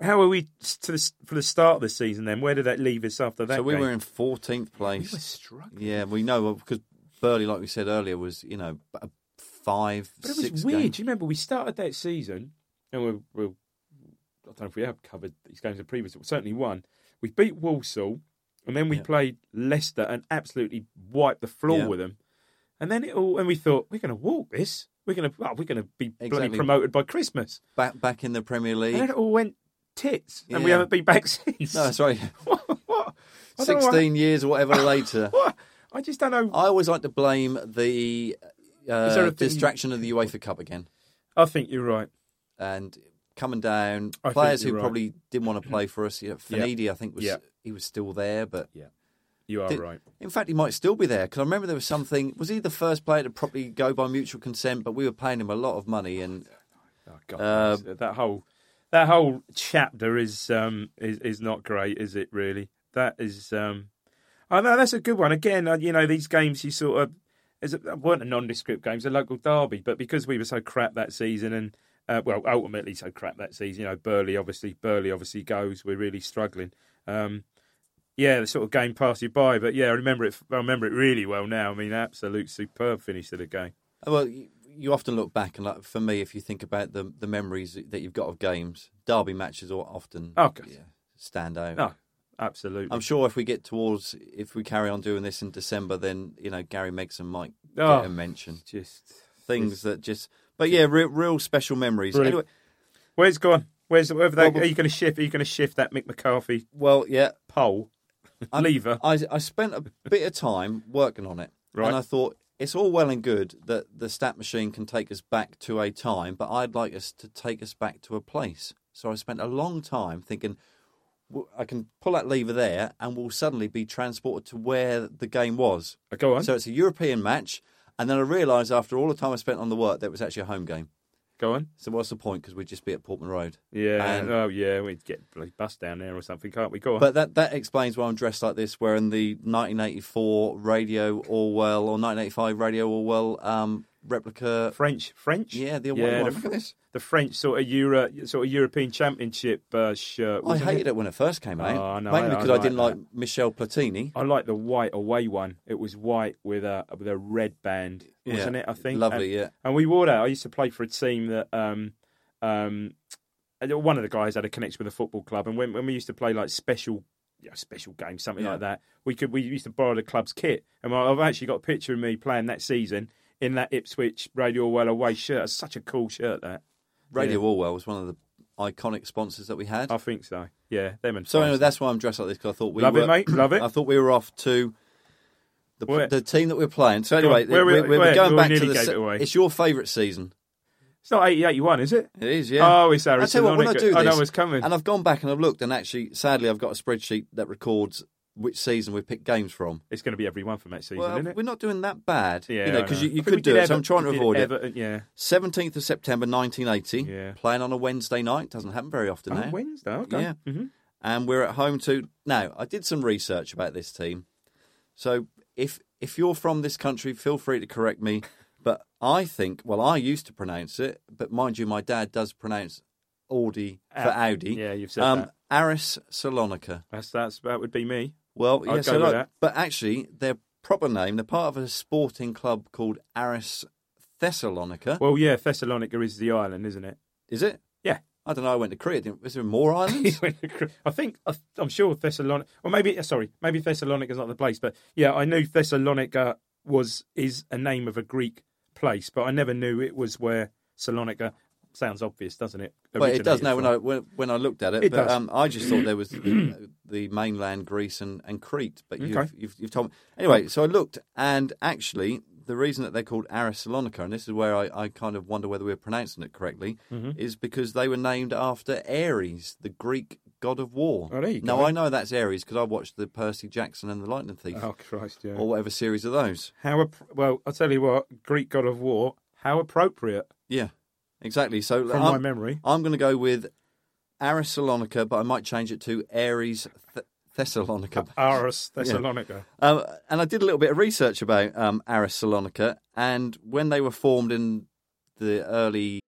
Speaker 2: how were we s- to the, s- for the start of the season? Then where did that leave us after that?
Speaker 3: So we
Speaker 2: game?
Speaker 3: were in 14th place.
Speaker 2: We were struggling.
Speaker 3: Yeah, we know because Burley, like we said earlier, was you know a five,
Speaker 2: But it
Speaker 3: six
Speaker 2: was weird.
Speaker 3: game-
Speaker 2: Do you remember we started that season, and we we I don't know if we have covered these games in previous, but certainly one. We beat Walsall, and then we played Leicester and absolutely wiped the floor
Speaker 3: Yeah.
Speaker 2: with them. And then it all, and we thought we're going to walk this. We're going to oh, we're going to be bloody
Speaker 3: Exactly.
Speaker 2: promoted by Christmas.
Speaker 3: back back in the Premier
Speaker 2: And then
Speaker 3: League.
Speaker 2: it all went tits, and we
Speaker 3: Yeah.
Speaker 2: haven't been back since.
Speaker 3: No, sorry,
Speaker 2: what? what? I don't know why-
Speaker 3: sixteen years or whatever later.
Speaker 2: What? I just don't know.
Speaker 3: I always like to blame the
Speaker 2: Is there
Speaker 3: uh,
Speaker 2: a thing-
Speaker 3: distraction of the UEFA Cup again
Speaker 2: I think you're right.
Speaker 3: and coming down.
Speaker 2: I think
Speaker 3: players who
Speaker 2: you're right.
Speaker 3: probably didn't want to play for us. You know,
Speaker 2: Yeah.
Speaker 3: Finidi, I think, was
Speaker 2: Yeah.
Speaker 3: he was still there, but
Speaker 2: You are
Speaker 3: Did-
Speaker 2: right.
Speaker 3: In fact, he might still be there because I remember there was something. Was he the first player to properly go by mutual consent? But we were paying him a lot of money, and
Speaker 2: Oh, God,
Speaker 3: Uh,
Speaker 2: that- that whole that whole chapter is um is, is not great, is it? Really, that is. um I know that's a good one. Again, uh, you know these games you sort of is it, weren't a nondescript games, a local derby, but because we were so crap that season and. Uh, well, ultimately, so crap that season. You know, Burley obviously, Burley obviously goes. We're really struggling. Um, yeah, the sort of game passed you by, but yeah, I remember it. I remember it really well now. I mean, absolute superb finish to the game.
Speaker 3: well, you, you often look back and like for me, if you think about the the memories that you've got of games, derby matches are often
Speaker 2: Oh, God.
Speaker 3: stand out.
Speaker 2: No, absolutely.
Speaker 3: I'm sure if we get towards if we carry on doing this in December, then you know Gary Megson might
Speaker 2: Oh.
Speaker 3: get a mention.
Speaker 2: just
Speaker 3: Things that just, but yeah, real, real special memories.
Speaker 2: Brilliant.
Speaker 3: Anyway,
Speaker 2: Where's gone? Where's wherever they,
Speaker 3: Well,
Speaker 2: are you going to shift? Are you going to shift that Mick McCarthy
Speaker 3: well, yeah,
Speaker 2: poll lever?
Speaker 3: I, I spent a bit of time working on it,
Speaker 2: Right.
Speaker 3: and I thought it's all well and good that the stat machine can take us back to a time, but I'd like us to take us back to a place. So I spent a long time thinking w- I can pull that lever there, and we'll suddenly be transported to where the game was.
Speaker 2: Uh, Go on.
Speaker 3: So it's a European match, and then I realised after all the time I spent on the work that it was actually a home game.
Speaker 2: Go on.
Speaker 3: So what's the point? Because we'd just be at Portman Road.
Speaker 2: Yeah.
Speaker 3: And-
Speaker 2: oh yeah. We'd get bloody bus down there or something, can't we? Go on.
Speaker 3: But that, that explains why I'm dressed like this, wearing the 1984 Radio Orwell or 1985 Radio Orwell um, replica.
Speaker 2: French, French.
Speaker 3: Yeah, the away one.
Speaker 2: The,
Speaker 3: Look at this.
Speaker 2: the French sort of Euro, sort of European Championship uh, shirt.
Speaker 3: I
Speaker 2: wasn't
Speaker 3: hated it? when it first came out,
Speaker 2: Oh, I know,
Speaker 3: mainly
Speaker 2: I- I
Speaker 3: because I,
Speaker 2: like
Speaker 3: didn't like
Speaker 2: that.
Speaker 3: Michel Platini.
Speaker 2: I like the white away one. It was white with a with a red band,
Speaker 3: Yeah.
Speaker 2: wasn't it? I think
Speaker 3: Lovely,
Speaker 2: And-
Speaker 3: yeah.
Speaker 2: And we wore that. I used to play for a team that um, um, one of the guys had a connection with a football club, and when when we used to play like special. you know, special games, something
Speaker 3: Yeah.
Speaker 2: like that. We could we used to borrow the club's kit, and I- I've actually got a picture of me playing that season in that Ipswich Radio Well away shirt. It's such a cool shirt that
Speaker 3: Radio Orwell was one of the iconic sponsors that we had.
Speaker 2: I think so. Yeah, them and
Speaker 3: so
Speaker 2: Price.
Speaker 3: anyway, that's why I'm dressed like this because I thought we
Speaker 2: Love it,
Speaker 3: were,
Speaker 2: mate, love it.
Speaker 3: I thought we were off to the,
Speaker 2: Where-
Speaker 3: the team that we're playing. So
Speaker 2: Go on,
Speaker 3: anyway,
Speaker 2: where we-
Speaker 3: we're, we're
Speaker 2: where-
Speaker 3: going
Speaker 2: we
Speaker 3: back to
Speaker 2: nearly
Speaker 3: the.
Speaker 2: gave
Speaker 3: se-
Speaker 2: it away.
Speaker 3: It's your favourite season.
Speaker 2: it's not eighty eighty one, is it?
Speaker 3: It is, yeah.
Speaker 2: Oh, it's Harrison
Speaker 3: I tell you what, when I
Speaker 2: Honecker.
Speaker 3: do this,
Speaker 2: I know it's coming.
Speaker 3: And I've gone back and I've looked, and actually, sadly, I've got a spreadsheet that records which season we picked games from.
Speaker 2: It's going to be every one from that season,
Speaker 3: Well,
Speaker 2: isn't it?
Speaker 3: we're not doing that bad,
Speaker 2: Yeah,
Speaker 3: you know, because you, you
Speaker 2: I think
Speaker 3: could
Speaker 2: we
Speaker 3: do
Speaker 2: did
Speaker 3: it. So I'm
Speaker 2: Ever-
Speaker 3: trying to
Speaker 2: we did
Speaker 3: avoid it.
Speaker 2: Everton, yeah.
Speaker 3: 17th of September 1980,
Speaker 2: Yeah.
Speaker 3: playing on a Wednesday night. Doesn't happen very often
Speaker 2: Oh,
Speaker 3: now.
Speaker 2: Wednesday, okay.
Speaker 3: Yeah.
Speaker 2: hmm
Speaker 3: and we're at home to. Now, I did some research about this team. So if if you're from this country, feel free to correct me. But I think, well, I used to pronounce it, but mind you, my dad does pronounce Audi for
Speaker 2: Ah,
Speaker 3: Audi. Um,
Speaker 2: yeah, you've said that.
Speaker 3: Aris Salonika.
Speaker 2: That's that's that would be me.
Speaker 3: Well,
Speaker 2: I'd
Speaker 3: yeah, so
Speaker 2: go with
Speaker 3: like-
Speaker 2: that.
Speaker 3: but actually, their proper name, they're part of a sporting club called Aris Thessalonica.
Speaker 2: Well, yeah, Thessalonica is the island, isn't it?
Speaker 3: Is it?
Speaker 2: Yeah,
Speaker 3: I don't know. I went to Korea. Didn't, was there more islands?
Speaker 2: I think I- I'm sure Thessalonica, or maybe uh, sorry, maybe Thessalonica's not the place, but yeah, I knew Thessalonica was is a name of a Greek place, but I never knew it was where Salonica sounds obvious, doesn't it?
Speaker 3: well, it does
Speaker 2: originated
Speaker 3: now. When
Speaker 2: from?
Speaker 3: I when, when I looked at it,
Speaker 2: It
Speaker 3: but
Speaker 2: does.
Speaker 3: um, I just thought there was the, the mainland Greece and, and Crete. But you've,
Speaker 2: Okay.
Speaker 3: you've you've told me anyway. So I looked, and actually, the reason that they're called Arasalonica, and this is where I, I kind of wonder whether we're pronouncing it correctly,
Speaker 2: Mm-hmm.
Speaker 3: is because they were named after Ares, the Greek god of war.
Speaker 2: Oh, there you
Speaker 3: now
Speaker 2: go.
Speaker 3: I know that's Ares because I watched the Percy Jackson and the Lightning Thief
Speaker 2: Oh Christ, yeah.
Speaker 3: or whatever series of those.
Speaker 2: How ap- well? I will tell you what, Greek god of war. How appropriate
Speaker 3: Yeah, exactly. So
Speaker 2: from
Speaker 3: I'm,
Speaker 2: my memory.
Speaker 3: I'm going to go with Aris Salonica, but I might change it to Aries Th- Thessalonica.
Speaker 2: Aris Thessalonica.
Speaker 3: Um, and I did a little bit of research about um, Aris Salonica, and when they were formed in the early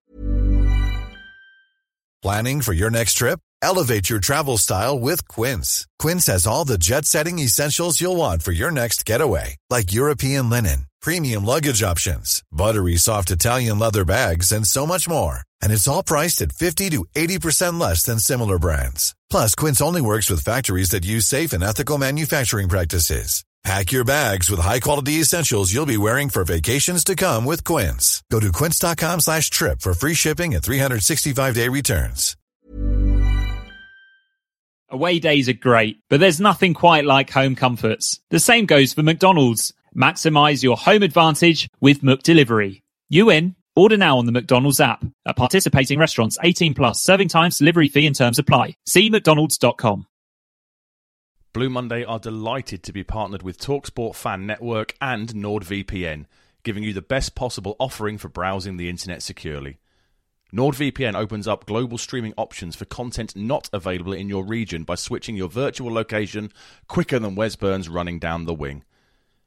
Speaker 4: Planning for your next trip? Elevate your travel style with Quince. Quince has all the jet setting essentials you'll want for your next getaway, like European linen, premium luggage options, buttery soft Italian leather bags, and so much more. And it's all priced at 50 to 80% less than similar brands. Plus, Quince only works with factories that use safe and ethical manufacturing practices. Pack your bags with high-quality essentials you'll be wearing for vacations to come with Quince. Go to quince.com slash trip for free shipping and 365-day returns.
Speaker 1: Away days are great, but there's nothing quite like home comforts. The same goes for McDonald's. Maximize your home advantage with Mook Delivery. You in? Order now on the McDonald's app. At participating restaurants, 18 plus serving times, delivery fee and terms apply. See mcdonalds.com.
Speaker 5: Blue Monday are delighted to be partnered with Talksport Fan Network and NordVPN, giving you the best possible offering for browsing the internet securely. NordVPN opens up global streaming options for content not available in your region by switching your virtual location quicker than Wes Burns running down the wing.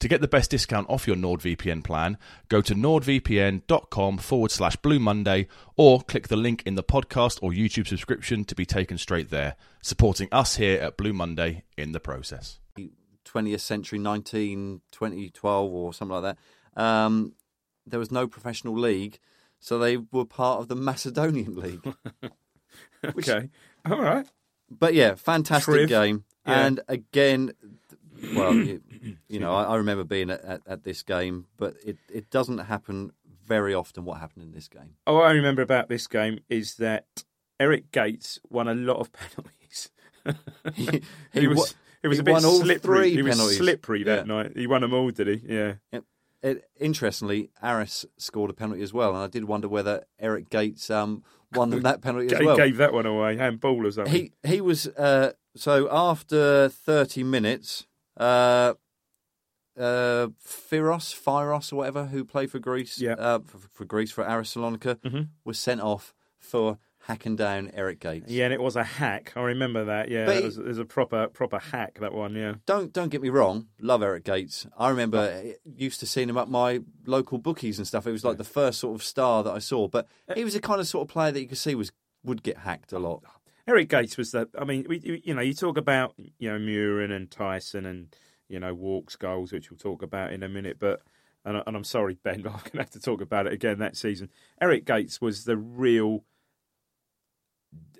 Speaker 5: To get the best discount off your NordVPN plan, go to nordvpn.com forward slash Blue Monday or click the link in the podcast or YouTube subscription to be taken straight there, supporting us here at Blue Monday in the process.
Speaker 3: 20th century, 19, 2012 or something like that, um, there was no professional league, so they were part of the Macedonian League.
Speaker 2: Okay, all right.
Speaker 3: But yeah, fantastic
Speaker 2: Triv.
Speaker 3: game.
Speaker 2: Yeah.
Speaker 3: And again, th- well, you, you know, I, I remember being at, at, at this game, but it, it doesn't happen very often what happened in this game.
Speaker 2: All I remember about this game is that Eric Gates won a lot of penalties.
Speaker 3: He-
Speaker 2: he,
Speaker 3: he
Speaker 2: was.
Speaker 3: wa-
Speaker 2: it was
Speaker 3: he
Speaker 2: a bit
Speaker 3: won all
Speaker 2: slippery.
Speaker 3: three
Speaker 2: he was
Speaker 3: penalties.
Speaker 2: slippery that
Speaker 3: Yeah.
Speaker 2: night. He won them all, did he? Yeah.
Speaker 3: Yep. It, interestingly, Aris scored a penalty as well, and I did wonder whether Eric Gates um, won them that penalty as
Speaker 2: He
Speaker 3: well.
Speaker 2: gave that one away. Handball or something.
Speaker 3: he he was uh, so after 30 minutes uh uh Firos Firos or whatever who played for Greece
Speaker 2: Yeah. Mm-hmm.
Speaker 3: uh, for, for Greece for Aris Salonika was sent off for hacking down Eric Gates.
Speaker 2: Yeah, and it was a hack. I remember that. Yeah,
Speaker 3: But
Speaker 2: that
Speaker 3: he-
Speaker 2: was, it was a proper proper hack. That one. Yeah.
Speaker 3: Don't don't get me wrong, love Eric Gates. I remember uh, used to seeing him at my local bookies and stuff. It was like the first sort of star that I saw, but he was the kind of sort of player that you could see was would get hacked a lot.
Speaker 2: Eric Gates was the. I mean, we, you- you know, you talk about you know Murin and Tyson and you know Walks goals, which we'll talk about in a minute. But and, I- and I'm sorry, Ben, but I'm going to have to talk about it again that season. Eric Gates was the real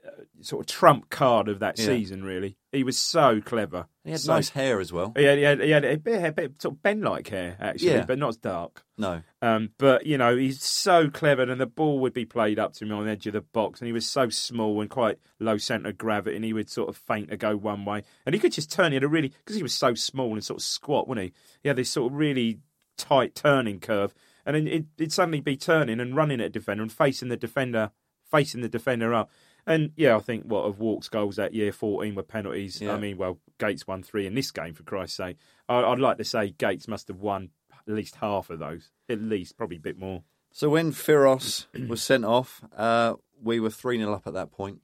Speaker 2: uh, sort of trump card of that
Speaker 3: Yeah.
Speaker 2: season. Really, he was so clever.
Speaker 3: He had
Speaker 2: so,
Speaker 3: nice hair as well.
Speaker 2: He had, he had, he had a bit, a bit sort of Ben-like hair actually,
Speaker 3: Yeah.
Speaker 2: but not as dark.
Speaker 3: No.
Speaker 2: Um, but you know he's so clever, and the ball would be played up to him on the edge of the box, and he was so small and quite low centre of gravity, and he would sort of feint to go one way, and he could just turn. He had a really because he was so small and sort of squat, wasn't he? He had this sort of really tight turning curve, and then it, it'd suddenly be turning and running at a defender and facing the defender, facing the defender up. And yeah, I think what of Walk's goals that year, fourteen were penalties.
Speaker 3: Yeah.
Speaker 2: I mean, well, Gates won three in this game for Christ's sake. I, I'd like to say Gates must have won at least half of those, at least probably a bit more.
Speaker 3: So when Firos was sent off, uh, we were 3 0 up at that point.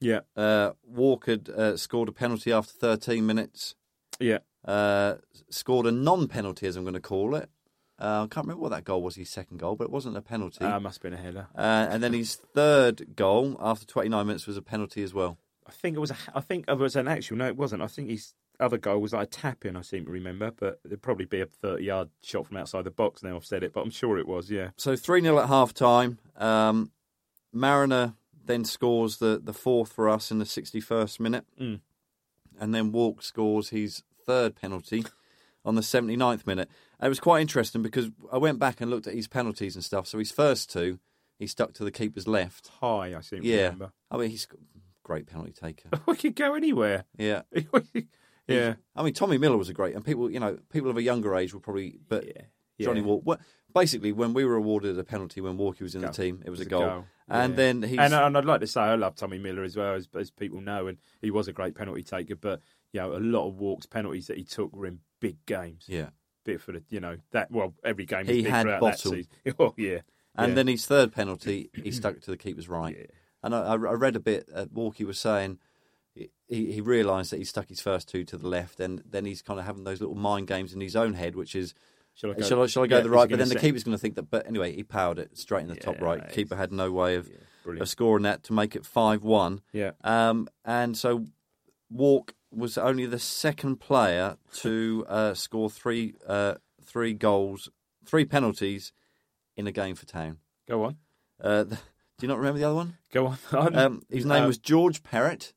Speaker 2: Yeah,
Speaker 3: Uh, Walk had uh, scored a penalty after 13 minutes.
Speaker 2: Yeah.
Speaker 3: uh, scored a non-penalty, as I'm going to call it. Uh, I can't remember what that goal was. His second goal, but it wasn't a penalty.
Speaker 2: Ah, must have been a header.
Speaker 3: uh, and then his third goal after 29 minutes was a penalty as well.
Speaker 2: I think it was. A, I think it was an actual. No, it wasn't. I think his other goal was like a tap in. I seem to remember, but there'd probably be a thirty-yard shot from outside the box. Now I've said it, but I'm sure it was. Yeah.
Speaker 3: So 3 0 at half time. Um, Mariner then scores the, the fourth for us in the 61st minute.
Speaker 2: Mm.
Speaker 3: And then Walk scores his third penalty on the 79th minute. And it was quite interesting because I went back and looked at his penalties and stuff. So his first two, he stuck to the keeper's left.
Speaker 2: High. I seem to
Speaker 3: Yeah.
Speaker 2: remember.
Speaker 3: I mean, he's a great penalty taker.
Speaker 2: We could go anywhere.
Speaker 3: Yeah.
Speaker 2: yeah.
Speaker 3: I mean, Tommy Miller was a great, and people, you know, people of a younger age will probably, but
Speaker 2: Yeah.
Speaker 3: Johnny Walk. Well, basically, when we were awarded a penalty when Walkie was in
Speaker 2: Goal.
Speaker 3: the team, it was,
Speaker 2: It
Speaker 3: a goal. And
Speaker 2: Yeah.
Speaker 3: then he's
Speaker 2: and, uh, and I'd like to say I love Tommy Miller as well, as, as people know, and he was a great penalty taker. But you know, a lot of walks, penalties that he took were in big games.
Speaker 3: yeah,
Speaker 2: Bit for the, you know, that well, every game was
Speaker 3: He
Speaker 2: big
Speaker 3: had
Speaker 2: throughout
Speaker 3: bottle.
Speaker 2: that season. Oh yeah,
Speaker 3: and
Speaker 2: Yeah.
Speaker 3: then his third penalty, he stuck it to the keeper's right. And I, I read a bit. Uh, Walkie was saying he, he realised that he stuck his first two to the left, and then he's kind of having those little mind games in his own head, which is.
Speaker 2: shall I go?
Speaker 3: Shall I, shall I go
Speaker 2: Yeah,
Speaker 3: the
Speaker 2: is he
Speaker 3: right? But
Speaker 2: gonna
Speaker 3: then the
Speaker 2: set-
Speaker 3: keeper's going to think that. But anyway, he powered it straight in the top
Speaker 2: Yeah,
Speaker 3: right.
Speaker 2: it's-
Speaker 3: Keeper had no way of,
Speaker 2: brilliant.
Speaker 3: of scoring that to make it five one.
Speaker 2: Yeah.
Speaker 3: Um, and so Walk was only the second player to uh, score three uh, three goals, three penalties in a game for Town.
Speaker 2: Go on,
Speaker 3: Uh, the, do you not remember the other one?
Speaker 2: go on. I'm-
Speaker 3: Um, his name
Speaker 2: uh,
Speaker 3: was George Perrett,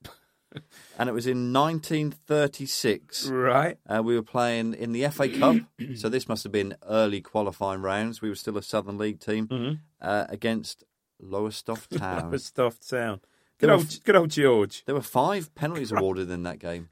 Speaker 3: and it was in 1936.
Speaker 2: right.
Speaker 3: Uh, we were playing in the FA Cup, so this must have been early qualifying rounds. We were still a Southern League team uh, against Lowestoft Town.
Speaker 2: That was stuffed sound.
Speaker 3: There
Speaker 2: Good
Speaker 3: were
Speaker 2: old, good old George.
Speaker 3: There were five penalties awarded in that game.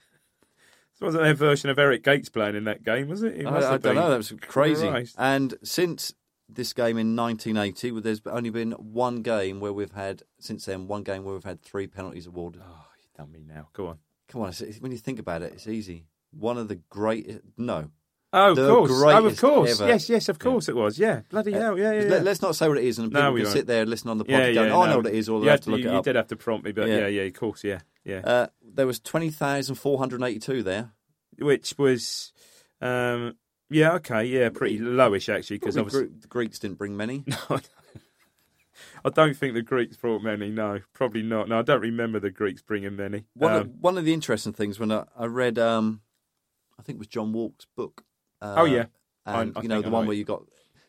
Speaker 2: This wasn't their version of Eric Gates playing in that game, was it? It must
Speaker 3: I, I
Speaker 2: have
Speaker 3: don't
Speaker 2: been.
Speaker 3: know. That was crazy.
Speaker 2: Christ.
Speaker 3: And since this game in 1980, well, there's only been one game where we've had since then one game where we've had three penalties awarded.
Speaker 2: Oh, you done me now. Go on.
Speaker 3: Come on, it's, it's- when you think about it, it's easy. One of the great no.
Speaker 2: Oh, of
Speaker 3: The
Speaker 2: course. Oh, of
Speaker 3: greatest
Speaker 2: course.
Speaker 3: ever. Uh,
Speaker 2: Yes, yes, of course it was. Yeah. Bloody hell. Yeah, yeah. yeah.
Speaker 3: Let, us not say what it is, and
Speaker 2: No,
Speaker 3: people
Speaker 2: we
Speaker 3: can
Speaker 2: won't.
Speaker 3: sit there and listen on the podcast.
Speaker 2: yeah,
Speaker 3: going,
Speaker 2: yeah,
Speaker 3: oh, I
Speaker 2: no.
Speaker 3: know what it is. Or
Speaker 2: You
Speaker 3: they have
Speaker 2: had
Speaker 3: to look
Speaker 2: you,
Speaker 3: it
Speaker 2: you
Speaker 3: up.
Speaker 2: did have to prompt me, but
Speaker 3: Yeah.
Speaker 2: yeah, yeah, of course, yeah, yeah.
Speaker 3: Uh, there was twenty thousand four hundred eighty-two there.
Speaker 2: Which was, um, yeah, okay, yeah, pretty lowish actually, because
Speaker 3: Because
Speaker 2: obviously
Speaker 3: the Greeks didn't bring many.
Speaker 2: No, I don't think the Greeks brought many. No, probably not. No, I don't remember the Greeks bringing many.
Speaker 3: One,
Speaker 2: Um,
Speaker 3: of, one of the interesting things when I, I read, um, I think it was John Walk's book. Uh,
Speaker 2: Oh, yeah. I-
Speaker 3: and
Speaker 2: I
Speaker 3: you know
Speaker 2: think
Speaker 3: the
Speaker 2: I
Speaker 3: one
Speaker 2: know.
Speaker 3: where you got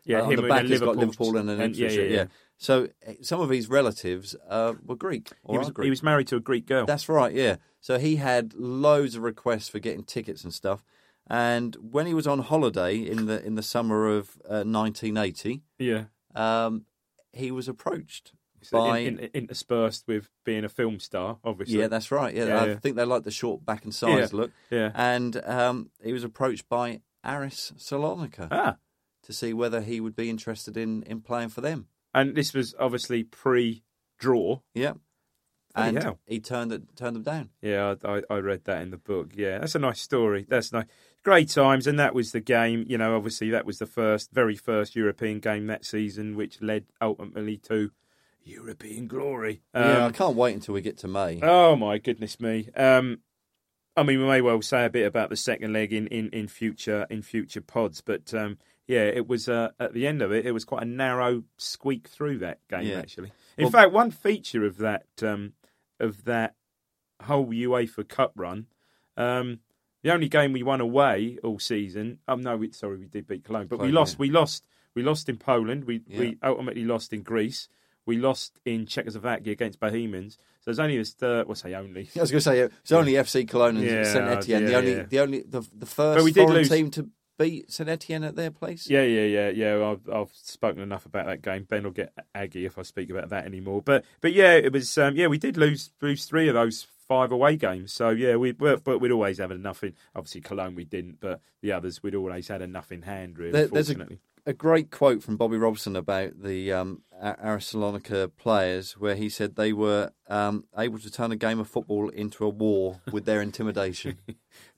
Speaker 2: yeah,
Speaker 3: uh, on
Speaker 2: him
Speaker 3: the
Speaker 2: with
Speaker 3: back
Speaker 2: the
Speaker 3: it's got Liverpool and an
Speaker 2: and, yeah, yeah,
Speaker 3: infantry,
Speaker 2: yeah.
Speaker 3: So uh, some of his relatives uh, were Greek or
Speaker 2: He
Speaker 3: are
Speaker 2: was
Speaker 3: Greek.
Speaker 2: he was married to a Greek girl.
Speaker 3: That's right, yeah. So he had loads of requests for getting tickets and stuff. And when he was on holiday in the in the summer of uh, 1980,
Speaker 2: yeah,
Speaker 3: um, he was approached
Speaker 2: So
Speaker 3: by
Speaker 2: in, in, interspersed with being a film star, obviously.
Speaker 3: yeah, that's right. Yeah,
Speaker 2: Yeah,
Speaker 3: I
Speaker 2: yeah.
Speaker 3: think they like the short back and sides
Speaker 2: Yeah,
Speaker 3: look.
Speaker 2: yeah.
Speaker 3: and um, he was approached by Aris Salonika
Speaker 2: ah.
Speaker 3: to see whether he would be interested in in playing for them.
Speaker 2: And this was obviously pre-draw.
Speaker 3: Yeah,
Speaker 2: Bloody
Speaker 3: and
Speaker 2: hell.
Speaker 3: he turned it, turned them down.
Speaker 2: Yeah, I, I, I read that in the book. Yeah, that's a nice story. That's nice. Great times, and that was the game. You know, obviously that was the first, very first European game that season, which led ultimately to European glory.
Speaker 3: yeah, I
Speaker 2: Um,
Speaker 3: can't wait until we get to May.
Speaker 2: Oh my goodness me. Um, I mean, we may well say a bit about the second leg in, in, in future in future pods, but um, yeah, it was uh, at the end of it, it was quite a narrow squeak through that game
Speaker 3: Yeah.
Speaker 2: actually. In
Speaker 3: Well-
Speaker 2: fact, one feature of that um, of that whole UEFA Cup run, um, the only game we won away all season. Oh no, we, sorry, we did beat Cologne, but we
Speaker 3: Cologne,
Speaker 2: lost.
Speaker 3: yeah.
Speaker 2: We lost. We lost in Poland. We
Speaker 3: Yeah.
Speaker 2: we ultimately lost in Greece. We lost in Czechoslovakia against Bohemians. So there's only this third. What's say only?
Speaker 3: I was going to say it's only FC Cologne and
Speaker 2: Yeah,
Speaker 3: Saint Etienne. the
Speaker 2: yeah,
Speaker 3: only,
Speaker 2: yeah.
Speaker 3: the only, the, the first
Speaker 2: we did
Speaker 3: foreign
Speaker 2: lose.
Speaker 3: team to beat Saint Etienne at their place.
Speaker 2: Yeah, yeah, yeah, yeah. I've, I've spoken enough about that game. Ben will get aggy if I speak about that anymore. But but yeah, it was um, yeah. We did lose lose three of those five away games. So yeah, we were, but we'd always have enough in. Obviously Cologne we didn't, but the others we'd always had enough in hand. Really,
Speaker 3: There- there's a,
Speaker 2: fortunately.
Speaker 3: a great quote from Bobby Robson about the um, A- Arasalonica players, where he said they were um, able to turn a game of football into a war with their intimidation.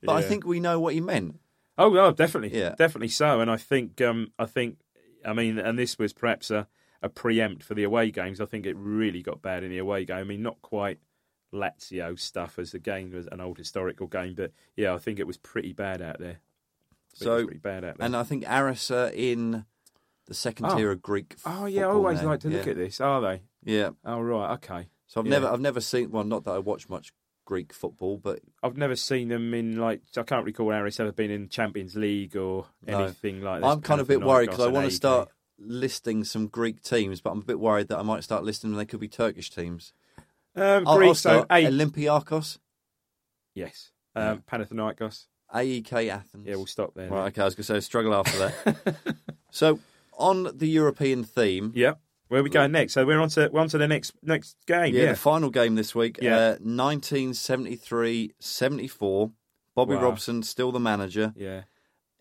Speaker 3: but I
Speaker 2: Yeah.
Speaker 3: think we know what he meant.
Speaker 2: Oh, oh, definitely,
Speaker 3: Yeah.
Speaker 2: definitely so. And I think, um, I think, I mean, and this was perhaps a, a preempt for the away games. I think it really got bad in the away game. I mean, not quite Lazio stuff as the game was an old historical game. But yeah, I think it was pretty bad out there. I think it was
Speaker 3: So-
Speaker 2: pretty bad out there.
Speaker 3: And uh, I think Arisa in the second
Speaker 2: Oh.
Speaker 3: tier of Greek.
Speaker 2: oh yeah, I
Speaker 3: football
Speaker 2: always
Speaker 3: now.
Speaker 2: like to look
Speaker 3: Yeah.
Speaker 2: at this, are they?
Speaker 3: Yeah.
Speaker 2: Oh right, okay.
Speaker 3: So I've
Speaker 2: Yeah.
Speaker 3: never I've never seen well not that I watch much Greek football, but
Speaker 2: I've never seen them in like I can't recall Aris ever been in Champions League or
Speaker 3: No.
Speaker 2: anything like that.
Speaker 3: uh, I'm kind of a bit worried because I want to start listing some Greek teams, but I'm a bit worried that I might start listing them. They could be Turkish teams.
Speaker 2: Um,
Speaker 3: I'll,
Speaker 2: Greece,
Speaker 3: I'll start
Speaker 2: so, A-
Speaker 3: Oh, Olympiakos,
Speaker 2: yes, um, Panathinaikos.
Speaker 3: AEK E Athens.
Speaker 2: Yeah, we'll stop there.
Speaker 3: Right, okay. I was going to say struggle after that. so on the European theme,
Speaker 2: Yeah, where are we going next? So we're on to we're on to the next next game.
Speaker 3: yeah,
Speaker 2: Yeah,
Speaker 3: the final game this week,
Speaker 2: Yeah.
Speaker 3: uh, 1973-74. Bobby
Speaker 2: Wow.
Speaker 3: Robson still the manager.
Speaker 2: yeah.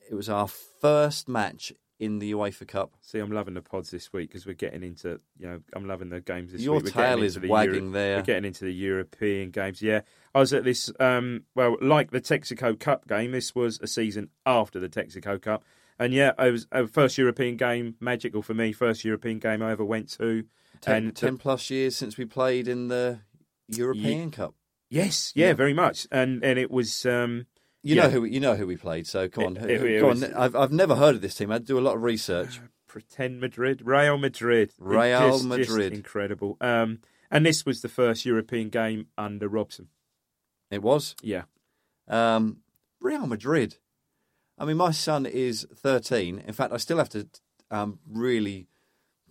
Speaker 3: It was our first match in the UEFA Cup.
Speaker 2: See, I'm loving the pods this week because we're getting into you know I'm loving the games this
Speaker 3: Your
Speaker 2: week. We're getting
Speaker 3: tail
Speaker 2: into
Speaker 3: is
Speaker 2: the
Speaker 3: wagging there.
Speaker 2: We're getting into the European games. Yeah, I was at this. Um, well, like the Texaco Cup game, this was a season after the Texaco Cup, and yeah, it was a first European game, magical for me. First European game I ever went to,
Speaker 3: Ten,
Speaker 2: and uh,
Speaker 3: ten plus years since we played in the European Cup.
Speaker 2: yes, yeah,
Speaker 3: Yeah.
Speaker 2: very much, and and it was. Um,
Speaker 3: You
Speaker 2: Yeah.
Speaker 3: know who you know who we played. So come on,
Speaker 2: It- it- it
Speaker 3: go
Speaker 2: was-
Speaker 3: on. I've I've never heard of this team. I had to do a lot of research.
Speaker 2: pretend Madrid, Real Madrid,
Speaker 3: Real
Speaker 2: Just- just
Speaker 3: Madrid.
Speaker 2: incredible. Um, and this was the first European game under Robson.
Speaker 3: It was
Speaker 2: Yeah,
Speaker 3: um, Real Madrid. I mean, my son is thirteen. In fact, I still have to um, really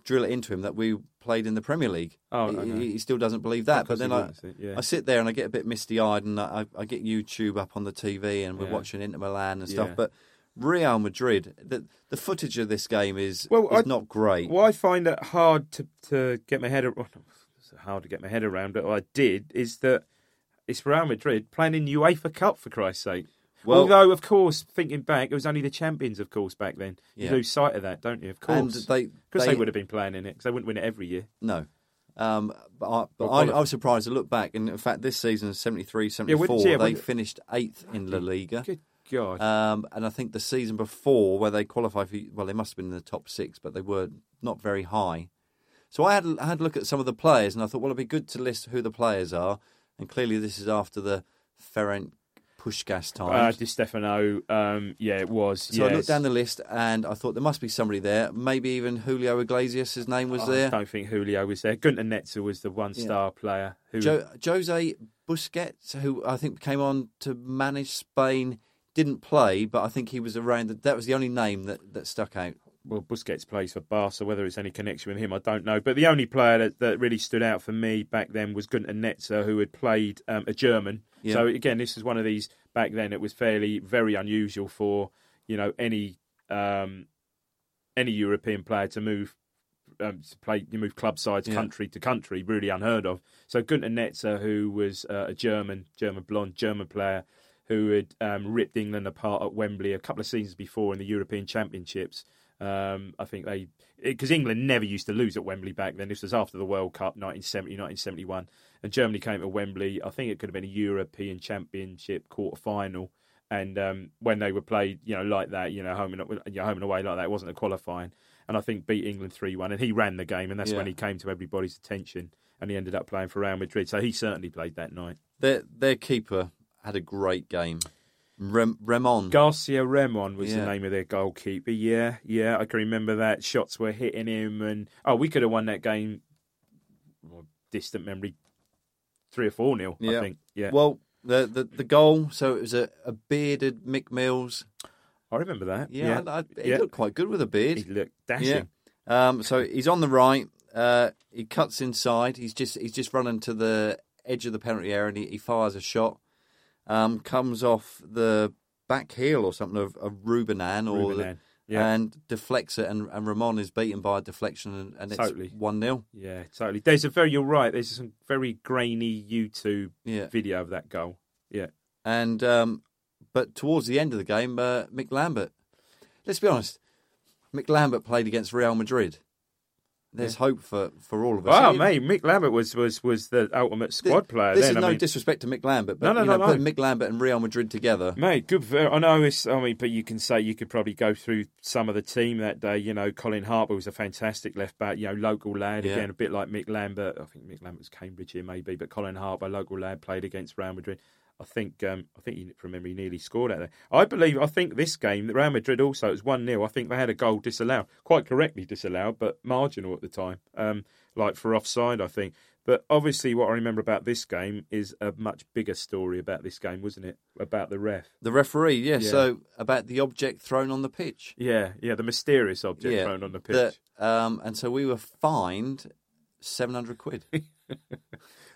Speaker 3: drill it into him that we played in the Premier League.
Speaker 2: Oh,
Speaker 3: he,
Speaker 2: okay.
Speaker 3: he still doesn't believe that.
Speaker 2: course
Speaker 3: But
Speaker 2: he
Speaker 3: then I
Speaker 2: wouldn't, so- yeah.
Speaker 3: I sit there and I get a bit misty eyed, and I, I get YouTube up on the TV, and we're
Speaker 2: Yeah.
Speaker 3: watching Inter Milan and stuff.
Speaker 2: Yeah.
Speaker 3: But Real Madrid, the the footage of this game is
Speaker 2: Well,
Speaker 3: is
Speaker 2: I-
Speaker 3: not great.
Speaker 2: Well, I find it hard to, to get my head around. Hard to get my head around, but what I did is that it's Real Madrid playing in UEFA Cup for Christ's sake.
Speaker 3: Well-
Speaker 2: Although, of course, thinking back, it was only the champions, of course, back then. You
Speaker 3: Yeah.
Speaker 2: lose sight of that, don't you? Of
Speaker 3: And
Speaker 2: course,
Speaker 3: they,
Speaker 2: because they, would have been playing in it because they wouldn't win it every year.
Speaker 3: No. Um, but I, but
Speaker 2: Well,
Speaker 3: I,
Speaker 2: qualify.
Speaker 3: I was surprised to look back. And in fact, this season, 73
Speaker 2: Yeah, wouldn't
Speaker 3: 74,
Speaker 2: you- yeah,
Speaker 3: they
Speaker 2: wouldn't-
Speaker 3: finished eighth in La Liga.
Speaker 2: Good God!
Speaker 3: Um, and I think the season before, where they qualified for, well, they must have been in the top six, but they were not very high. So I had, I had a look at some of the players and I thought, well, it'd be good to list who the players are. And clearly, this is after the Ferenc Pushkas
Speaker 2: uh,
Speaker 3: times.
Speaker 2: Di Stefano, um, yeah, it was.
Speaker 3: so I
Speaker 2: yes.
Speaker 3: looked down the list and I thought there must be somebody there. Maybe even Julio Iglesias, his name was
Speaker 2: Oh, I
Speaker 3: there.
Speaker 2: don't think Julio was there. Gunter Netzer was the one-star player who
Speaker 3: Jo- Jose Busquets, who I think came on to manage Spain, didn't play, but I think he was around. The, that was the only name that, that stuck out.
Speaker 2: well, Busquets plays for Barca. Whether it's any connection with him, I don't know. But the only player that, that really stood out for me back then was Gunter Netzer, who had played um, a German.
Speaker 3: Yeah.
Speaker 2: So again, this is one of these back then. It was fairly very unusual for you know any um, any European player to move. Um, to play, you move club sides,
Speaker 3: Yeah.
Speaker 2: country to country, really unheard of. So Gunter Netzer, who was uh, a German, German blonde, German player, who had um, ripped England apart at Wembley a couple of seasons before in the European Championships. Um, I think they because England never used to lose at Wembley back then. This was after the World Cup, 1970, 1971, and Germany came to Wembley. I think it could have been a European Championship quarter final. And um, when they were played, you know, like that, you know, home and you know, home and away like that, it wasn't a qualifying. And I think beat England three one, and he ran the game, and that's
Speaker 3: Yeah.
Speaker 2: when he came to everybody's attention, and he ended up playing for Real Madrid. So he certainly played that night.
Speaker 3: Their their keeper had a great game. Rem, Remon.
Speaker 2: Garcia Remon was the
Speaker 3: Yeah.
Speaker 2: name of their goalkeeper. Yeah, yeah, I can remember that. Shots were hitting him, and oh, we could have won that game. well, distant memory, three or four nil. I think. Yeah,
Speaker 3: Well, the, the the goal. So it was a, a bearded Mick Mills.
Speaker 2: I remember that. Yeah,
Speaker 3: Yeah, I, I, he
Speaker 2: yeah.
Speaker 3: looked quite good with a beard.
Speaker 2: He looked dashing.
Speaker 3: yeah. Um, so he's on the right. Uh, he cuts inside. He's just he's just running to the edge of the penalty area and he, he fires a shot. Um, comes off the back heel or something of, of Rubenan or the-
Speaker 2: Rubenan, yeah.
Speaker 3: and deflects it and, and Ramon is beaten by a deflection and, and
Speaker 2: Totally.
Speaker 3: it's one 0
Speaker 2: Yeah, totally. There's a very. You're right. There's some very grainy YouTube
Speaker 3: Yeah.
Speaker 2: video of that goal. Yeah.
Speaker 3: And um, but towards the end of the game, uh, Mick Lambert. Let's be honest, Mick Lambert played against Real Madrid. there's hope for, for all of us.
Speaker 2: Wow,
Speaker 3: It-
Speaker 2: Oh, mate, Mick Lambert was was was the ultimate squad player.
Speaker 3: This
Speaker 2: then.
Speaker 3: is
Speaker 2: I
Speaker 3: no
Speaker 2: mean,
Speaker 3: disrespect to Mick Lambert, but
Speaker 2: No, no,
Speaker 3: you
Speaker 2: no,
Speaker 3: know,
Speaker 2: no.
Speaker 3: putting Mick Lambert and Real Madrid together.
Speaker 2: Mate, good. For, I know it's. I mean, but you can say you could probably go through some of the team that day. You know, Colin Harper was a fantastic left back. You know, local lad
Speaker 3: Yeah.
Speaker 2: again, a bit like Mick Lambert. I think Mick Lambert's Cambridge here maybe, but Colin Harper, local lad, played against Real Madrid. I think. Um, I think you remember he nearly scored out there. I believe. I think this game, that Real Madrid also it was one 0 I think they had a goal disallowed, quite correctly disallowed, but marginal at the time. Um, like for offside, I think. But obviously, what I remember about this game is a much bigger story about this game, wasn't it? About the ref.
Speaker 3: The referee, yeah,
Speaker 2: Yeah.
Speaker 3: So about the object thrown on the pitch.
Speaker 2: Yeah, yeah, the mysterious object
Speaker 3: yeah,
Speaker 2: thrown on the pitch.
Speaker 3: that, um, and so we were fined seven hundred quid.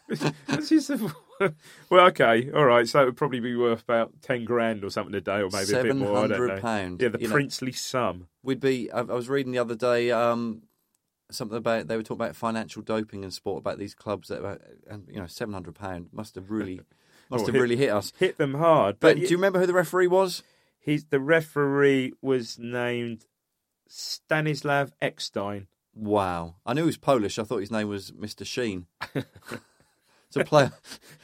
Speaker 2: That's just a- well, okay, all right. So it would probably be worth about ten grand or something a day, or maybe a bit more. I don't know.
Speaker 3: £700,
Speaker 2: Yeah, the
Speaker 3: you know.
Speaker 2: princely sum.
Speaker 3: We'd be. I, I was reading the other day um, something about they were talking about financial doping in sport about these clubs that were, and you know seven hundred pound must have really must
Speaker 2: Oh,
Speaker 3: have
Speaker 2: hit-
Speaker 3: really hit us.
Speaker 2: Hit them hard,
Speaker 3: But
Speaker 2: but,
Speaker 3: do you remember who the referee was?
Speaker 2: he's the referee was named Stanislav Eckstein.
Speaker 3: Wow, I knew he was Polish. I thought his name was Mister Sheen. it's a play.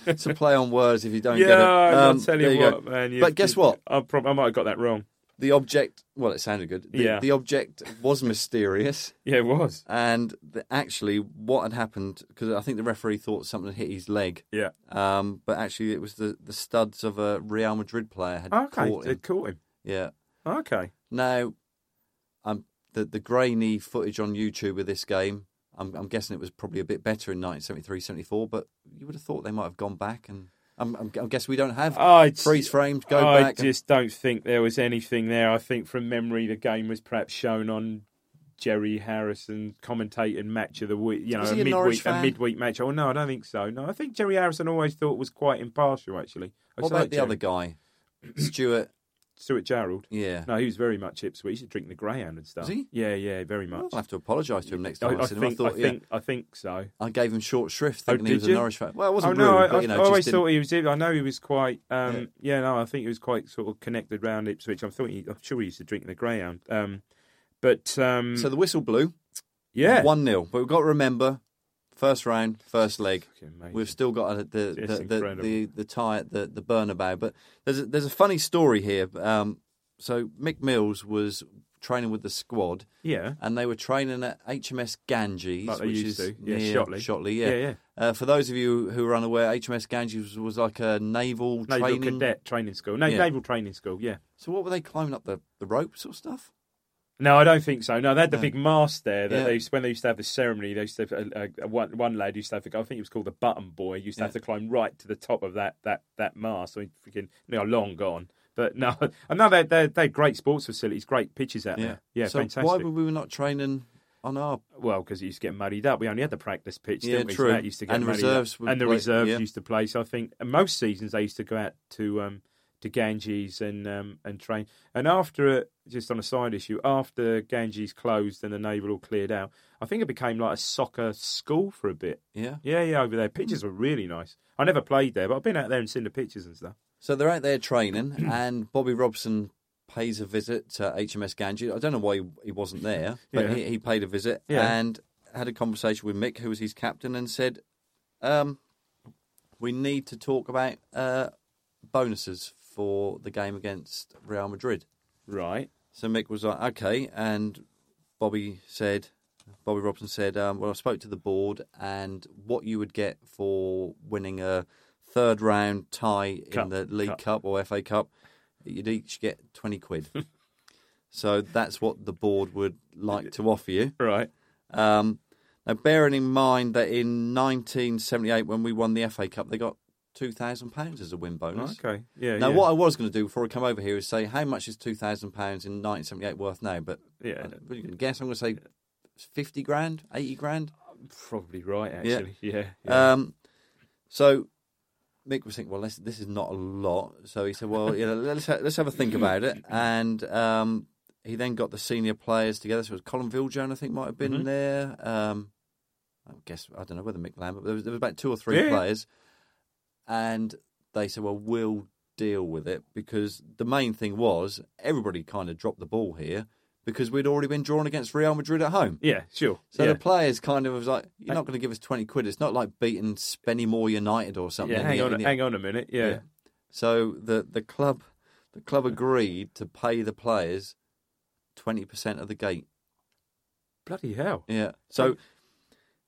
Speaker 3: it's a play on words. If you don't get it,
Speaker 2: yeah, I'll
Speaker 3: Um,
Speaker 2: tell
Speaker 3: there
Speaker 2: you
Speaker 3: go.
Speaker 2: what, man. you-
Speaker 3: but guess
Speaker 2: you-
Speaker 3: what?
Speaker 2: I, prob- I might have got that wrong.
Speaker 3: The object. Well, it sounded good. The,
Speaker 2: Yeah.
Speaker 3: the object was mysterious.
Speaker 2: Yeah, it was.
Speaker 3: And the, actually, what had happened, because I think the referee thought something had hit his leg,
Speaker 2: Yeah.
Speaker 3: um, but actually it was the, the studs of a Real Madrid player had
Speaker 2: Okay,
Speaker 3: caught him.
Speaker 2: it caught him.
Speaker 3: Yeah.
Speaker 2: Okay.
Speaker 3: Now, um, the the grainy footage on YouTube of this game, I'm, I'm guessing it was probably a bit better in 1973, 74, but you would have thought they might have gone back and. I'm, I'm, I guess we don't have
Speaker 2: I j-
Speaker 3: freeze frames. Go
Speaker 2: Oh, I
Speaker 3: back.
Speaker 2: just don't think there was anything there. I think from memory, the game was perhaps shown on Jerry Harrison commentating match of the week. You know,
Speaker 3: Was
Speaker 2: a
Speaker 3: he a Norwich
Speaker 2: midweek, a
Speaker 3: fan?
Speaker 2: midweek match. Oh no, I don't think so. No, I think Jerry Harrison always thought was quite impartial. Actually, I
Speaker 3: what
Speaker 2: like
Speaker 3: about the
Speaker 2: Jerry.
Speaker 3: other guy, Stuart?
Speaker 2: Stuart Gerald?
Speaker 3: Yeah,
Speaker 2: No, he was very much Ipswich. He used to drink the Greyhound and stuff.
Speaker 3: Was he?
Speaker 2: Yeah, yeah, very much.
Speaker 3: I'll have to apologise to him next
Speaker 2: I,
Speaker 3: time. I,
Speaker 2: I
Speaker 3: see him. I
Speaker 2: think,
Speaker 3: thought,
Speaker 2: I,
Speaker 3: yeah,
Speaker 2: think, I think so.
Speaker 3: I gave him short shrift,
Speaker 2: Oh,
Speaker 3: thinking he
Speaker 2: did
Speaker 3: was
Speaker 2: you?
Speaker 3: a Norwich fan. Well, it wasn't
Speaker 2: oh, no,
Speaker 3: rude,
Speaker 2: I,
Speaker 3: but you
Speaker 2: I-
Speaker 3: know,
Speaker 2: I
Speaker 3: just
Speaker 2: always
Speaker 3: didn't-
Speaker 2: thought he was. I know he was quite. Um, yeah. no, I think he was quite sort of connected round Ipswich. I thought he, I'm sure he used to drink the Greyhound. Um, but um,
Speaker 3: So the whistle blew.
Speaker 2: yeah,
Speaker 3: one 0 But we've got to remember, first round, first leg.
Speaker 2: Fucking amazing.
Speaker 3: We've still got a, the,
Speaker 2: It's
Speaker 3: the, the
Speaker 2: incredible.
Speaker 3: the the tie at the the Bernabeu. But there's a, there's a funny story here. Um, so Mick Mills was training with the squad,
Speaker 2: yeah.
Speaker 3: and they were training at HMS Ganges,
Speaker 2: Like they
Speaker 3: which
Speaker 2: used
Speaker 3: is
Speaker 2: to. Yeah,
Speaker 3: near
Speaker 2: Shotley.
Speaker 3: yeah.
Speaker 2: Yeah, yeah.
Speaker 3: Uh, for those of you who are unaware, HMS Ganges was, was like a naval,
Speaker 2: Naval
Speaker 3: uh, training.
Speaker 2: cadet training school. No,
Speaker 3: Yeah.
Speaker 2: naval training school. Yeah.
Speaker 3: So what were they climbing up the the ropes or stuff?
Speaker 2: No, I don't think so. No, they had the
Speaker 3: No.
Speaker 2: big mast there. That
Speaker 3: Yeah.
Speaker 2: they used, when they used to have the ceremony, they used to have, uh, uh, one one lad used to have. I think it was called the button boy. Used to have to
Speaker 3: Yeah.
Speaker 2: climb right to the top of that that that mast. I mean, freaking no, long gone. But no, I know they they they had great sports facilities, great pitches out there. Yeah,
Speaker 3: so
Speaker 2: fantastic.
Speaker 3: Why were we not training on our
Speaker 2: Well, because it used to get muddied up. We only had the practice pitch,
Speaker 3: Yeah,
Speaker 2: didn't we? So
Speaker 3: true.
Speaker 2: that used to get
Speaker 3: And
Speaker 2: muddied
Speaker 3: reserves
Speaker 2: up.
Speaker 3: would
Speaker 2: and the
Speaker 3: play-
Speaker 2: reserves
Speaker 3: yeah.
Speaker 2: used to play. So I think and most seasons they used to go out to um, to Ganges and um, and train. And after it, just on a side issue, after Ganges closed and the naval all cleared out, I think it became like a soccer school for a bit.
Speaker 3: yeah?
Speaker 2: Yeah, yeah, over there. Pictures were really nice. I never played there, but I've been out there and seen the pictures and stuff.
Speaker 3: So they're out there training, and Bobby Robson pays a visit to HMS Ganji. I don't know why he, he wasn't there, but
Speaker 2: Yeah.
Speaker 3: he, he paid a visit
Speaker 2: Yeah.
Speaker 3: and had a conversation with Mick, who was his captain, and said, um, "We need to talk about uh, bonuses for the game against Real Madrid."
Speaker 2: Right.
Speaker 3: So Mick was like, okay. And Bobby said, Bobby Robson said, um, well, I spoke to the board and what you would get for winning a third round tie in
Speaker 2: Cup.
Speaker 3: the League
Speaker 2: Cup.
Speaker 3: Cup. or FA Cup, you'd each get 20 quid. so that's what the board would like to offer you.
Speaker 2: Right.
Speaker 3: Um, now, bearing in mind that in 1978, when we won the FA Cup, they got £2,000 as a win bonus.
Speaker 2: Oh, Okay. Yeah.
Speaker 3: Now,
Speaker 2: yeah.
Speaker 3: what I was going to do before I come over here is say how much is two thousand pounds in nineteen seventy eight worth now, but
Speaker 2: Yeah.
Speaker 3: I, what are you going to guess? I'm going to say fifty grand, eighty grand.
Speaker 2: Probably right.
Speaker 3: Yeah.
Speaker 2: Actually. Yeah. Uh, Yeah.
Speaker 3: Um, so Mick was thinking, well, this, this is not a lot. So he said, well, you know, let's ha- let's have a think about it. And um, he then got the senior players together. So it was Colin Viljoen, I think, might have been
Speaker 2: Mm-hmm.
Speaker 3: there. Um, I guess I don't know whether Mick Lambert, but there was, there was about two or three
Speaker 2: Yeah.
Speaker 3: players, and they said, well, we'll deal with it because the main thing was everybody kind of dropped the ball here. because we'd already been drawn against Real Madrid at home.
Speaker 2: Yeah, sure.
Speaker 3: So
Speaker 2: yeah.
Speaker 3: the players kind of was like, "You're not going to give us twenty quid." It's not like beating Spennymoor United or something.
Speaker 2: yeah, hang
Speaker 3: Yeah,
Speaker 2: on,
Speaker 3: yeah.
Speaker 2: hang on a minute. Yeah.
Speaker 3: Yeah. So the the club the club agreed to pay the players twenty percent of the gate.
Speaker 2: bloody hell.
Speaker 3: Yeah. So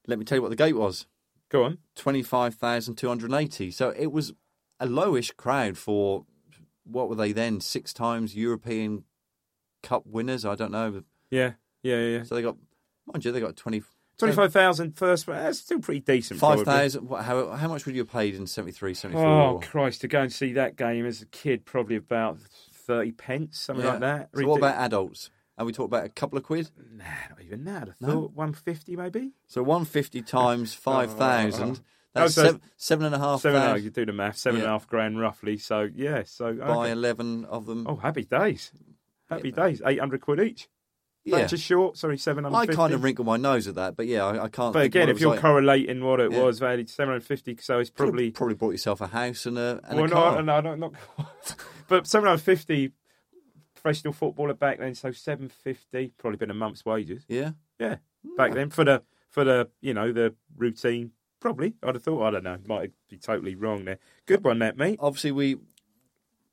Speaker 3: let me tell you what the gate was
Speaker 2: Go on.
Speaker 3: twenty five thousand two hundred eighty. So it was a lowish crowd for what were they then six times European Cup winners? I don't know.
Speaker 2: Yeah, yeah, yeah. yeah.
Speaker 3: So they got mind you they got twenty.
Speaker 2: 25,000 first, that's still pretty decent.
Speaker 3: Five
Speaker 2: probably.
Speaker 3: thousand. How, how much would you have paid in 73, 74?
Speaker 2: Oh, Christ, to go and see that game as a kid, probably about 30 pence, something
Speaker 3: Yeah.
Speaker 2: like that.
Speaker 3: So what about adults? And we talked about a couple of quid.
Speaker 2: Nah, not even that. I
Speaker 3: No?
Speaker 2: thought 150 maybe?
Speaker 3: So one fifty times five thousand. That's
Speaker 2: Oh, so-
Speaker 3: sev- seven and a half
Speaker 2: Seven, oh,
Speaker 3: thousand
Speaker 2: you do the math, seven and a
Speaker 3: Yeah.
Speaker 2: half grand roughly. So, yeah, so.
Speaker 3: by
Speaker 2: okay.
Speaker 3: eleven of them.
Speaker 2: Oh, happy days. Happy days. 800 quid each.
Speaker 3: yeah,
Speaker 2: That's a short, sorry, 750.
Speaker 3: I kind of wrinkle my nose at that, but yeah, I, I
Speaker 2: But
Speaker 3: can't. think what
Speaker 2: again,
Speaker 3: it
Speaker 2: if
Speaker 3: was
Speaker 2: you're
Speaker 3: like.
Speaker 2: correlating what it
Speaker 3: Yeah.
Speaker 2: was, valued 750, so it's
Speaker 3: Could've
Speaker 2: probably.
Speaker 3: probably bought yourself a house and a and
Speaker 2: well,
Speaker 3: a car.
Speaker 2: no, no, no, not. but 750 professional footballer back then, so 750, probably been a month's wages.
Speaker 3: Yeah,
Speaker 2: Yeah,
Speaker 3: Hmm.
Speaker 2: back then for the for the you know the routine. Probably, I'd have thought. I don't know. Might be totally wrong there. Good one, that mate.
Speaker 3: obviously we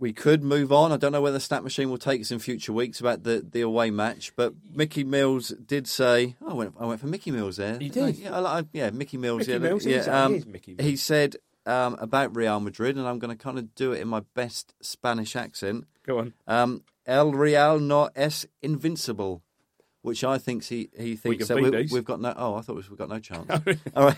Speaker 3: we could move on. I don't know whether Snap Machine will take us in future weeks about the, the away match, but Mickey Mills did say, oh, I went I went for Mickey Mills there.
Speaker 2: You did?
Speaker 3: Yeah, I, like- yeah, Mickey Mills.
Speaker 2: Mickey
Speaker 3: yeah,
Speaker 2: Mills,
Speaker 3: yeah. um,
Speaker 2: he's- he is Mickey Mills.
Speaker 3: He said um, about Real Madrid, and I'm going to kind of do it in my best Spanish accent.
Speaker 2: Go on.
Speaker 3: Um, El Real no es invincible, which I think he, he thinks
Speaker 2: can
Speaker 3: that
Speaker 2: beat
Speaker 3: we,
Speaker 2: these.
Speaker 3: we've got no. Oh, I thought we've got no chance. All right.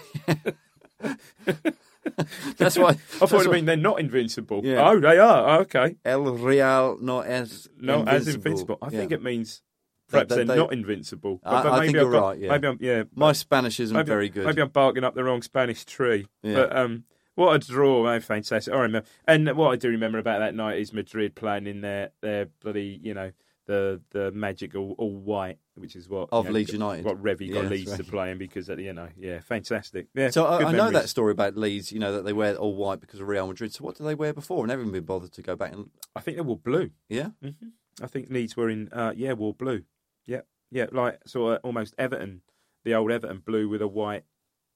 Speaker 3: that's why.
Speaker 2: I thought it mean they're not invincible.
Speaker 3: Yeah.
Speaker 2: Oh, they are. Oh, okay.
Speaker 3: El Real no es
Speaker 2: No,
Speaker 3: invincible.
Speaker 2: as invincible. I think
Speaker 3: Yeah.
Speaker 2: it means perhaps
Speaker 3: That-
Speaker 2: they,
Speaker 3: that
Speaker 2: are
Speaker 3: they-
Speaker 2: not invincible.
Speaker 3: I- I think
Speaker 2: I've
Speaker 3: you're
Speaker 2: got-
Speaker 3: right, yeah.
Speaker 2: Maybe I'm. Yeah.
Speaker 3: my Spanish isn't
Speaker 2: maybe,
Speaker 3: very good.
Speaker 2: Maybe I'm barking up the wrong Spanish tree.
Speaker 3: Yeah.
Speaker 2: But um, what a draw! Oh, fantastic. I remember, and what I do remember about that night is Madrid playing in their their bloody, you know, the the magic all, all white, which is what
Speaker 3: Of
Speaker 2: you know,
Speaker 3: Leeds United.
Speaker 2: What Revy
Speaker 3: Yeah,
Speaker 2: got
Speaker 3: that's
Speaker 2: Leeds to
Speaker 3: right.
Speaker 2: play in because at the you know, yeah, fantastic. Yeah,
Speaker 3: so I,
Speaker 2: good
Speaker 3: I know
Speaker 2: memories.
Speaker 3: that story about Leeds. You know that they wear all white because of Real Madrid. So what do they wear before? And never been bothered to go back and
Speaker 2: I think they were blue.
Speaker 3: yeah.
Speaker 2: Mm. I think Leeds were in, uh, yeah, wore blue. Yeah, yeah, like sort of almost Everton, the old Everton blue with a white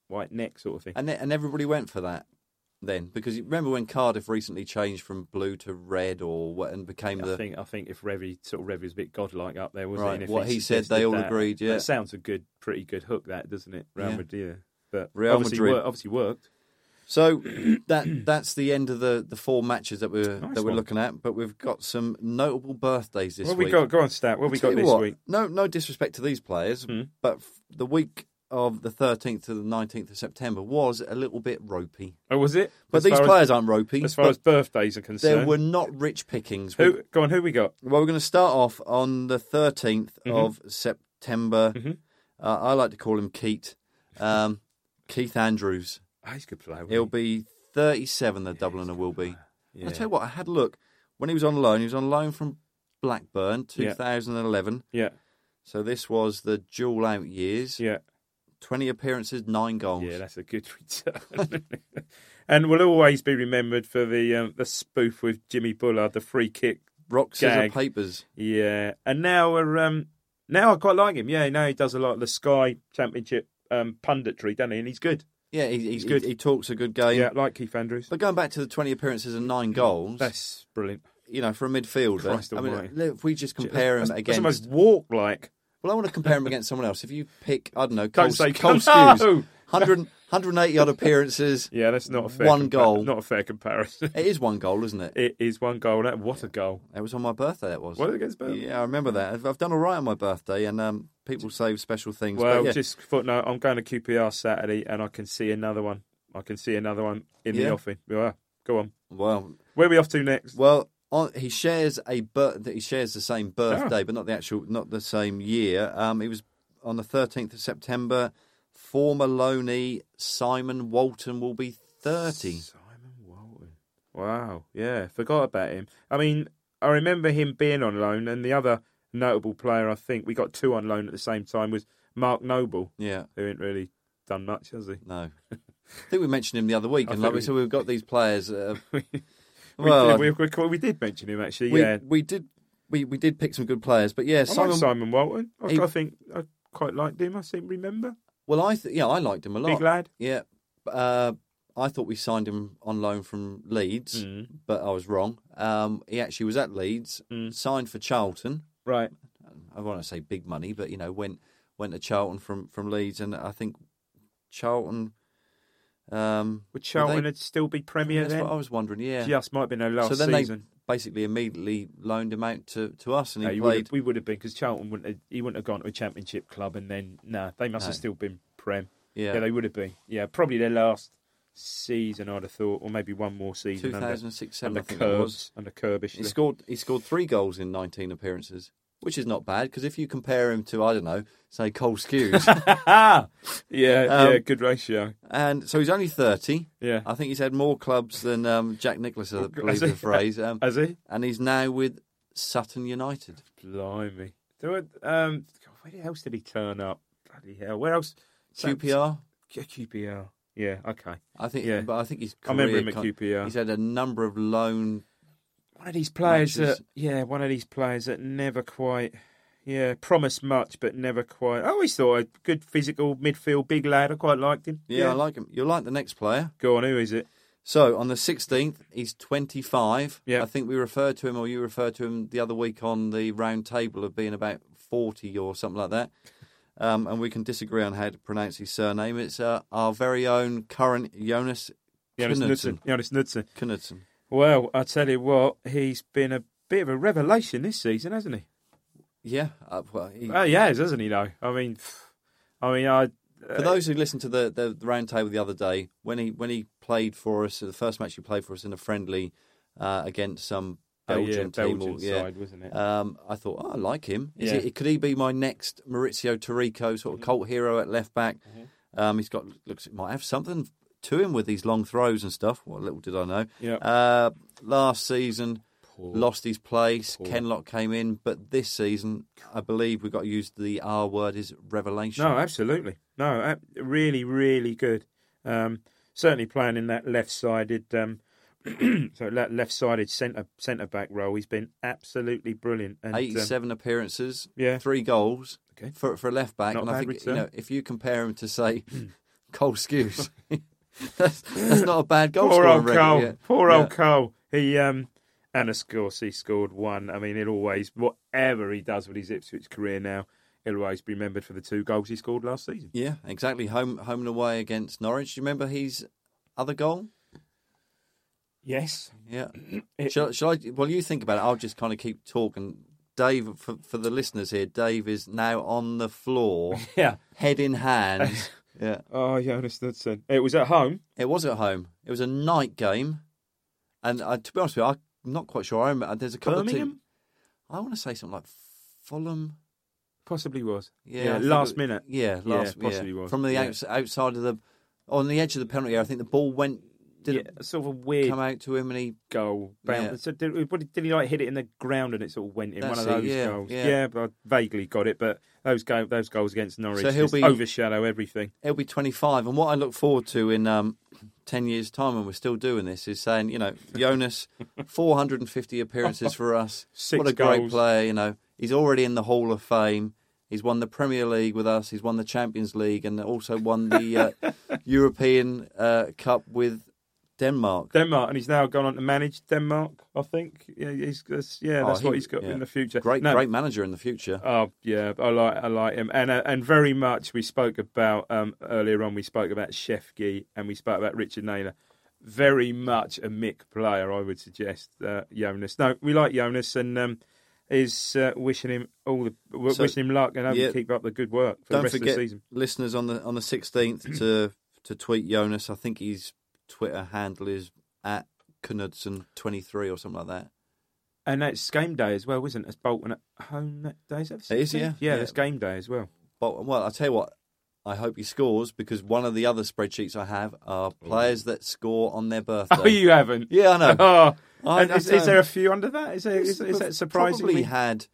Speaker 2: white neck sort of thing.
Speaker 3: And, and everybody went for that then because you remember when Cardiff recently changed from blue to red or what and became
Speaker 2: I
Speaker 3: the
Speaker 2: think I think if Revy sort of Revy was a bit godlike up there, wasn't
Speaker 3: Right,
Speaker 2: he? And if
Speaker 3: what he said, they
Speaker 2: suggested
Speaker 3: all
Speaker 2: that,
Speaker 3: agreed, yeah.
Speaker 2: that sounds a good, pretty good hook, that doesn't it? Real
Speaker 3: Yeah.
Speaker 2: Madrid, yeah. but
Speaker 3: Real
Speaker 2: obviously,
Speaker 3: Madrid.
Speaker 2: wor- obviously worked.
Speaker 3: so that that's the end of the the four matches that we're
Speaker 2: Nice
Speaker 3: that we're
Speaker 2: one.
Speaker 3: looking at but we've got some notable birthdays this
Speaker 2: what
Speaker 3: week
Speaker 2: we got? Go on, stat. What we
Speaker 3: Tell
Speaker 2: got
Speaker 3: you
Speaker 2: this
Speaker 3: what,
Speaker 2: week? Hmm.
Speaker 3: No, no disrespect to these players, but f- the week of the 13th to the 19th of September was a little bit ropey.
Speaker 2: Oh, was it?
Speaker 3: But
Speaker 2: As
Speaker 3: these
Speaker 2: far as-
Speaker 3: players aren't ropey.
Speaker 2: as, far
Speaker 3: but
Speaker 2: as birthdays are concerned,
Speaker 3: there were not rich pickings.
Speaker 2: who? Go on, who we got?
Speaker 3: Well, we're going to start off on the 13th
Speaker 2: Mm-hmm.
Speaker 3: of September. Uh, I like to call him Keat. Um, Keith Andrews.
Speaker 2: Oh, he's a good player. wasn't
Speaker 3: He'll
Speaker 2: he?
Speaker 3: be 37, the Dubliner will be. I tell you what, I had a look. When he was on loan, he was on loan from Blackburn,
Speaker 2: Yeah.
Speaker 3: 2011.
Speaker 2: Yeah,
Speaker 3: So this was the dual out years.
Speaker 2: yeah,
Speaker 3: 20 appearances, 9 goals.
Speaker 2: yeah. That's a good return. and will always be remembered for the um, the spoof with Jimmy Bullard, the free kick
Speaker 3: Rocks
Speaker 2: Gag.
Speaker 3: and papers.
Speaker 2: Yeah, and now we're um now I quite like him. Yeah, now he does a lot of the Sky Championship um punditry, doesn't he? And he's good.
Speaker 3: Yeah, he, he's
Speaker 2: He's
Speaker 3: good.
Speaker 2: good.
Speaker 3: He, talks a good game.
Speaker 2: yeah, I like Keith Andrews.
Speaker 3: But going back to the 20 appearances and 9 goals,
Speaker 2: That's brilliant.
Speaker 3: you know, for a midfielder,
Speaker 2: Christ
Speaker 3: I mean,
Speaker 2: almighty.
Speaker 3: look, if we just compare
Speaker 2: that's,
Speaker 3: him
Speaker 2: that's
Speaker 3: against.
Speaker 2: almost walk like.
Speaker 3: Well, I want to compare him against someone else. If you pick, I don't know, Cole,
Speaker 2: Don't say
Speaker 3: Cole
Speaker 2: no!
Speaker 3: Stews, 100, 180 odd appearances.
Speaker 2: Yeah, that's not a fair
Speaker 3: One
Speaker 2: compa-
Speaker 3: goal.
Speaker 2: Not a fair comparison.
Speaker 3: It is one goal, isn't it?
Speaker 2: it is one goal. That what a goal.
Speaker 3: It was on my birthday, that was.
Speaker 2: Was it against Burnley?
Speaker 3: Yeah, I remember that. I've, I've done all right on my birthday, and um, people save special things.
Speaker 2: Well,
Speaker 3: but yeah.
Speaker 2: just footnote, I'm going to QPR Saturday and I can see another one. I can see another one in
Speaker 3: Yeah.
Speaker 2: the offing. Yeah, go on.
Speaker 3: well
Speaker 2: Where are we off to next?
Speaker 3: Well, on, he shares a bir- he shares the same
Speaker 2: Ah.
Speaker 3: birthday, but not the actual, not the same year. Um, he was on the thirteenth of September. Former loanee Simon Walton will be thirty.
Speaker 2: Simon Walton. Wow. Yeah, forgot about him. I mean, I remember him being on loan, and the other notable player, I think we got two on loan at the same time, was Mark Noble,
Speaker 3: Yeah,
Speaker 2: who ain't really done much, has he?
Speaker 3: no, I think we mentioned him the other week,
Speaker 2: I
Speaker 3: and like
Speaker 2: think
Speaker 3: we
Speaker 2: we-
Speaker 3: said, we've got these players. Uh,
Speaker 2: We
Speaker 3: well,
Speaker 2: did, we, we, we did mention him actually.
Speaker 3: we,
Speaker 2: yeah,
Speaker 3: we did we, we did pick some good players, but yeah,
Speaker 2: I Simon,
Speaker 3: Simon.
Speaker 2: like Simon Walton. I,
Speaker 3: He-
Speaker 2: I think I quite liked him. I seem remember.
Speaker 3: Well, I th- yeah, I liked him a lot.
Speaker 2: Big lad.
Speaker 3: Yeah, uh, I thought we signed him on loan from Leeds,
Speaker 2: Mm.
Speaker 3: but I was wrong. Um, he actually was at Leeds,
Speaker 2: Mm.
Speaker 3: signed for Charlton.
Speaker 2: Right.
Speaker 3: I want to say big money, but you know, went went to Charlton from from Leeds, and I think Charlton. Um,
Speaker 2: Would Charlton
Speaker 3: they-
Speaker 2: had still be Premier
Speaker 3: that's
Speaker 2: then?
Speaker 3: what I was wondering. Yeah,
Speaker 2: Just might have been their last
Speaker 3: so then
Speaker 2: season.
Speaker 3: they basically immediately loaned him out to, to us, and
Speaker 2: No,
Speaker 3: he
Speaker 2: you
Speaker 3: played.
Speaker 2: would've- we would have been because Charlton wouldn't have, he wouldn't have gone to a Championship club, and then no, they must have
Speaker 3: No.
Speaker 2: still been Prem.
Speaker 3: Yeah.
Speaker 2: they would have been. Yeah, probably their last season, I'd have thought, or maybe one more season. under-
Speaker 3: 2006,
Speaker 2: under,
Speaker 3: I think it was.
Speaker 2: Under Kerbish.
Speaker 3: He scored. He scored three goals in 19 appearances, which is not bad because if you compare him to I don't know, say Cole Skews,
Speaker 2: yeah, yeah,
Speaker 3: Um,
Speaker 2: good ratio.
Speaker 3: and so he's only 30.
Speaker 2: Yeah.
Speaker 3: I think he's had more clubs than um, Jack Nicklaus, I believe
Speaker 2: he?
Speaker 3: the phrase. Um,
Speaker 2: Has he?
Speaker 3: and he's now with Sutton United.
Speaker 2: Blimey. There were, um, God, where else did he turn up? Bloody hell. Where else?
Speaker 3: QPR.
Speaker 2: Yeah, QPR. Yeah, okay.
Speaker 3: I think,
Speaker 2: Yeah.
Speaker 3: but I think he's.
Speaker 2: I remember him at
Speaker 3: con-
Speaker 2: QPR.
Speaker 3: He's had a number of loan.
Speaker 2: One of these players
Speaker 3: Matches.
Speaker 2: that, yeah, one of these players that never quite, yeah, promised much but never quite. I always thought a good physical midfield, big lad. I quite liked him.
Speaker 3: Yeah, I like him. You'll like the next player.
Speaker 2: Go on, who is it?
Speaker 3: So on the 16th, he's 25.
Speaker 2: Yeah.
Speaker 3: I think we referred to him, or you referred to him the other week on the round table of being about 40 or something like that. Um, and we can disagree on how to pronounce his surname. It's uh, our very own current Jonas
Speaker 2: Jonas
Speaker 3: Knudsen.
Speaker 2: Knudsen. Jonas Knudsen.
Speaker 3: Knudsen.
Speaker 2: Well, I tell you what, he's been a bit of a revelation this season, hasn't he?
Speaker 3: Yeah. Uh, well, he,
Speaker 2: Oh, he has, hasn't he? Though, I mean, I mean, I.
Speaker 3: For those who listened to the, the, the round table the other day, when he when he played for us, the first match he played for us in a friendly uh, against some
Speaker 2: Oh, yeah,
Speaker 3: Belgian team,
Speaker 2: Belgian
Speaker 3: or- yeah,
Speaker 2: side, wasn't it?
Speaker 3: Um, I thought, oh, I like him. Is
Speaker 2: Yeah. Mm-hmm.
Speaker 3: he, could he be my next Maurizio Tarico, sort of cult hero at left back? Um, he's got looks it might have something to him with these long throws and stuff. Well, little did I know.
Speaker 2: Yeah.
Speaker 3: Uh, last season. Lost his place. Kenlock came in, but this season, I believe we got to use the R word is revelation.
Speaker 2: No, absolutely. No, ab- really, really good. Um, certainly playing in that left-sided, um, so that left-sided centre centre back role, he's been absolutely brilliant. And, um,
Speaker 3: 87 appearances,
Speaker 2: Yeah.
Speaker 3: three goals
Speaker 2: Okay.
Speaker 3: for for a left back.
Speaker 2: Not
Speaker 3: and
Speaker 2: a
Speaker 3: I
Speaker 2: bad Hmm.
Speaker 3: think
Speaker 2: return.
Speaker 3: you know if you compare him to say Cole Skews, that's, that's not a bad goal
Speaker 2: poor
Speaker 3: scoring
Speaker 2: old
Speaker 3: record.
Speaker 2: Cole.
Speaker 3: yeah.
Speaker 2: Poor
Speaker 3: Yeah.
Speaker 2: old Cole. He um, and of course he scored one. I mean, it always whatever he does with his Ipswich career now, he'll always be remembered for the two goals he scored last season.
Speaker 3: Yeah, exactly. Home home and away against Norwich. Do you remember his other goal?
Speaker 2: Yes,
Speaker 3: Yeah. shall, shall I? Well, you think about it. I'll just kind of keep talking. Dave, for, for the listeners here, Dave is now on the floor,
Speaker 2: yeah.
Speaker 3: head in hand. yeah.
Speaker 2: Oh, Jonas Knudsen. It was at home.
Speaker 3: It was at home. It was a night game, and uh, to be honest with you, I'm not quite sure. I remember there's a couple of
Speaker 2: Birmingham?
Speaker 3: teams. I want to say something like Fulham.
Speaker 2: Possibly was.
Speaker 3: Yeah, I think
Speaker 2: last
Speaker 3: it-
Speaker 2: minute.
Speaker 3: Yeah, last
Speaker 2: possibly was.
Speaker 3: from the
Speaker 2: yeah.
Speaker 3: outs- outside of the on the edge of the penalty area. I think the ball went did
Speaker 2: Yeah, sort of a weird
Speaker 3: it come out to him, and he
Speaker 2: goal. Bound.
Speaker 3: Yeah.
Speaker 2: So did, what did did he like hit it in the ground and it sort of went in?
Speaker 3: That's
Speaker 2: one of
Speaker 3: it,
Speaker 2: those
Speaker 3: yeah,
Speaker 2: goals.
Speaker 3: yeah.
Speaker 2: but I vaguely got it. But those go, those goals against Norwich
Speaker 3: he'll
Speaker 2: just
Speaker 3: be-
Speaker 2: overshadow everything.
Speaker 3: he'll be 25. And what I look forward to in um, 10 years' time, when we're still doing this, is saying, you know, Jonas, 450 appearances for us.
Speaker 2: Six
Speaker 3: what a great
Speaker 2: goals.
Speaker 3: player, you know. He's already in the Hall of Fame. He's won the Premier League with us. He's won the Champions League and also won the uh, European uh, Cup with Denmark.
Speaker 2: Denmark, and he's now gone on to manage Denmark. I think. Yeah, he's, that's, yeah,
Speaker 3: Oh,
Speaker 2: that's
Speaker 3: he-
Speaker 2: what he's got
Speaker 3: yeah.
Speaker 2: in the future.
Speaker 3: Great,
Speaker 2: No,
Speaker 3: great manager in the future.
Speaker 2: Oh yeah, I like I like him, and uh, and very much we spoke about um, earlier on. We spoke about Shefki and we spoke about Richard Naylor. Very much a Mick player, I would suggest. Uh, Jonas, no, we like Jonas, and um, is uh, wishing him all the w-
Speaker 3: So-
Speaker 2: wishing him luck, and hope
Speaker 3: Yeah.
Speaker 2: he keep up the good work for the
Speaker 3: Don't
Speaker 2: rest
Speaker 3: forget,
Speaker 2: of the season.
Speaker 3: listeners, on the on the 16th to to tweet Jonas. I think his Twitter handle is at Knudsen23 or something like that.
Speaker 2: And that's game day as well, isn't it? It's Bolton at home that day. Is that the
Speaker 3: It is,
Speaker 2: 16th?
Speaker 3: yeah.
Speaker 2: yeah,
Speaker 3: Yeah.
Speaker 2: it's game day as well.
Speaker 3: But well, I tell you what, I hope he scores because one of the other spreadsheets I have are players that score on their birthday.
Speaker 2: Oh, you haven't?
Speaker 3: Yeah, I know.
Speaker 2: Oh,
Speaker 3: I-
Speaker 2: and
Speaker 3: I
Speaker 2: is, is
Speaker 3: know.
Speaker 2: there a few under that? Is, there, is, is
Speaker 3: We've
Speaker 2: that
Speaker 3: Probably
Speaker 2: surprisingly?
Speaker 3: had.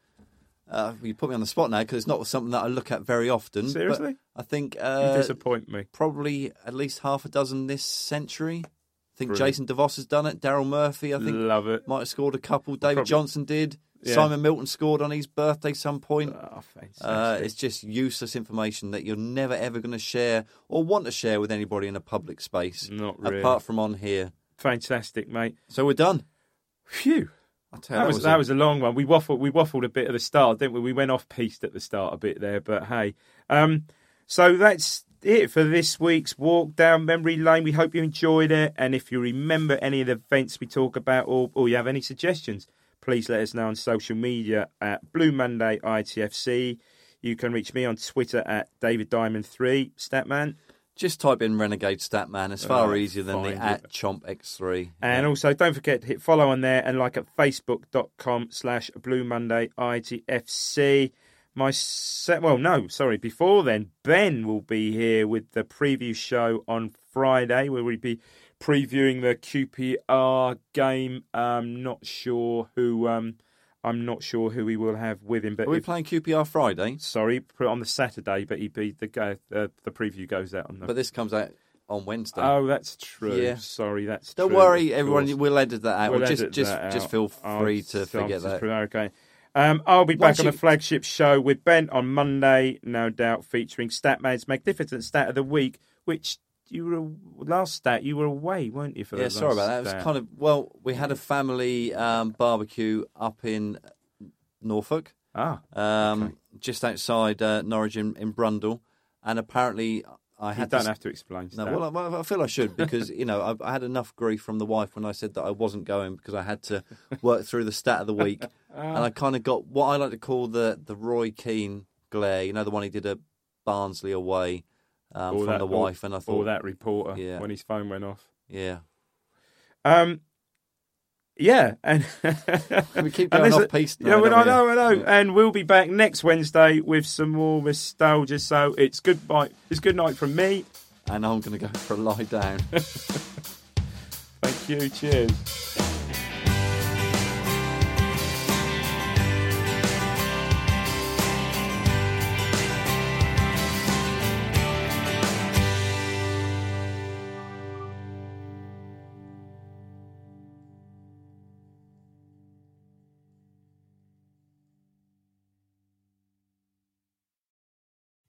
Speaker 3: Uh, you put me on the spot now because it's not something that I look at very often. but
Speaker 2: Seriously?
Speaker 3: I think
Speaker 2: You
Speaker 3: uh,
Speaker 2: disappoint me.
Speaker 3: probably at least half a dozen this century. think
Speaker 2: Brilliant.
Speaker 3: Jason DeVos has done it. Daryl Murphy, I think,
Speaker 2: Love it.
Speaker 3: might have scored a couple. David
Speaker 2: Probably-
Speaker 3: Johnson did.
Speaker 2: Yeah.
Speaker 3: Simon Milton scored on his birthday some point.
Speaker 2: Oh, fantastic.
Speaker 3: Uh, it's just useless information that you're never ever going to share or want to share with anybody in a public space.
Speaker 2: Not really.
Speaker 3: Apart from on here.
Speaker 2: fantastic, mate.
Speaker 3: So we're done.
Speaker 2: Phew.
Speaker 3: I tell you,
Speaker 2: That was that was a long one. We waffled we waffled a bit at the start, didn't we? We went off piste at the start a bit there, but hey. Um, so that's it for this week's walk down memory lane. We hope you enjoyed it, and if you remember any of the events we talk about, or or you have any suggestions, please let us know on social media at Blue Monday ITFC. You can reach me on Twitter at David Diamond Three Statman.
Speaker 3: Just type in Renegade Statman. It's far
Speaker 2: Oh,
Speaker 3: easier than the
Speaker 2: fine.
Speaker 3: at Chomp X3.
Speaker 2: And also, don't forget to hit follow on there and like at facebook.com slash Blue Monday ITFC. My set, well, no, sorry, before then, Ben will be here with the preview show on Friday where we'll be previewing the QPR game. Um, not sure who, um, I'm not sure who we will have with him, but
Speaker 3: Are we
Speaker 2: if-
Speaker 3: playing QPR Friday?
Speaker 2: sorry, put it on the Saturday, but he'd be the guy, uh, the preview goes out on the.
Speaker 3: But this comes out on Wednesday.
Speaker 2: Oh, that's true.
Speaker 3: Yeah.
Speaker 2: Sorry, that's
Speaker 3: Don't
Speaker 2: true, of
Speaker 3: worry,
Speaker 2: course.
Speaker 3: everyone. Uh, We'll edit that out.
Speaker 2: We'll
Speaker 3: just,
Speaker 2: edit
Speaker 3: just,
Speaker 2: that
Speaker 3: just
Speaker 2: out.
Speaker 3: feel
Speaker 2: I'll
Speaker 3: free to
Speaker 2: just-
Speaker 3: forget
Speaker 2: I'll just
Speaker 3: that.
Speaker 2: pre- Okay. Um, I'll be
Speaker 3: Once
Speaker 2: back on
Speaker 3: you-
Speaker 2: the flagship show with Ben on Monday, no doubt, featuring Statman's magnificent stat of the week, which you were last stat you were away, weren't you? For
Speaker 3: yeah,
Speaker 2: the Mm.
Speaker 3: sorry about
Speaker 2: last
Speaker 3: that. It was
Speaker 2: stat?
Speaker 3: kind of well. We had a family um, barbecue up in Norfolk,
Speaker 2: ah,
Speaker 3: um, just outside uh, Norwich in, in Brundle, and apparently I
Speaker 2: you
Speaker 3: had
Speaker 2: don't
Speaker 3: this-
Speaker 2: have to explain.
Speaker 3: No,
Speaker 2: Stat.
Speaker 3: well, I, well, I feel I should because you know I, I had enough grief from the wife when I said that I wasn't going because I had to work through the stat of the week, and I kind of got what I like to call the the Roy Keane glare. You know, the one he did at Barnsley away um,
Speaker 2: All
Speaker 3: from
Speaker 2: that-
Speaker 3: the
Speaker 2: all-
Speaker 3: wife, and I
Speaker 2: all
Speaker 3: thought,
Speaker 2: that reporter
Speaker 3: Yeah.
Speaker 2: when his phone went off.
Speaker 3: yeah,
Speaker 2: Um, yeah, and
Speaker 3: We keep
Speaker 2: and
Speaker 3: going
Speaker 2: this-
Speaker 3: off piste
Speaker 2: Yeah,
Speaker 3: now,
Speaker 2: well, I
Speaker 3: don't
Speaker 2: know,
Speaker 3: we?
Speaker 2: I know. And we'll be back next Wednesday with some more nostalgia. So it's goodbye. It's good night from me.
Speaker 3: and I'm going to go for a lie down.
Speaker 2: Thank you. Cheers.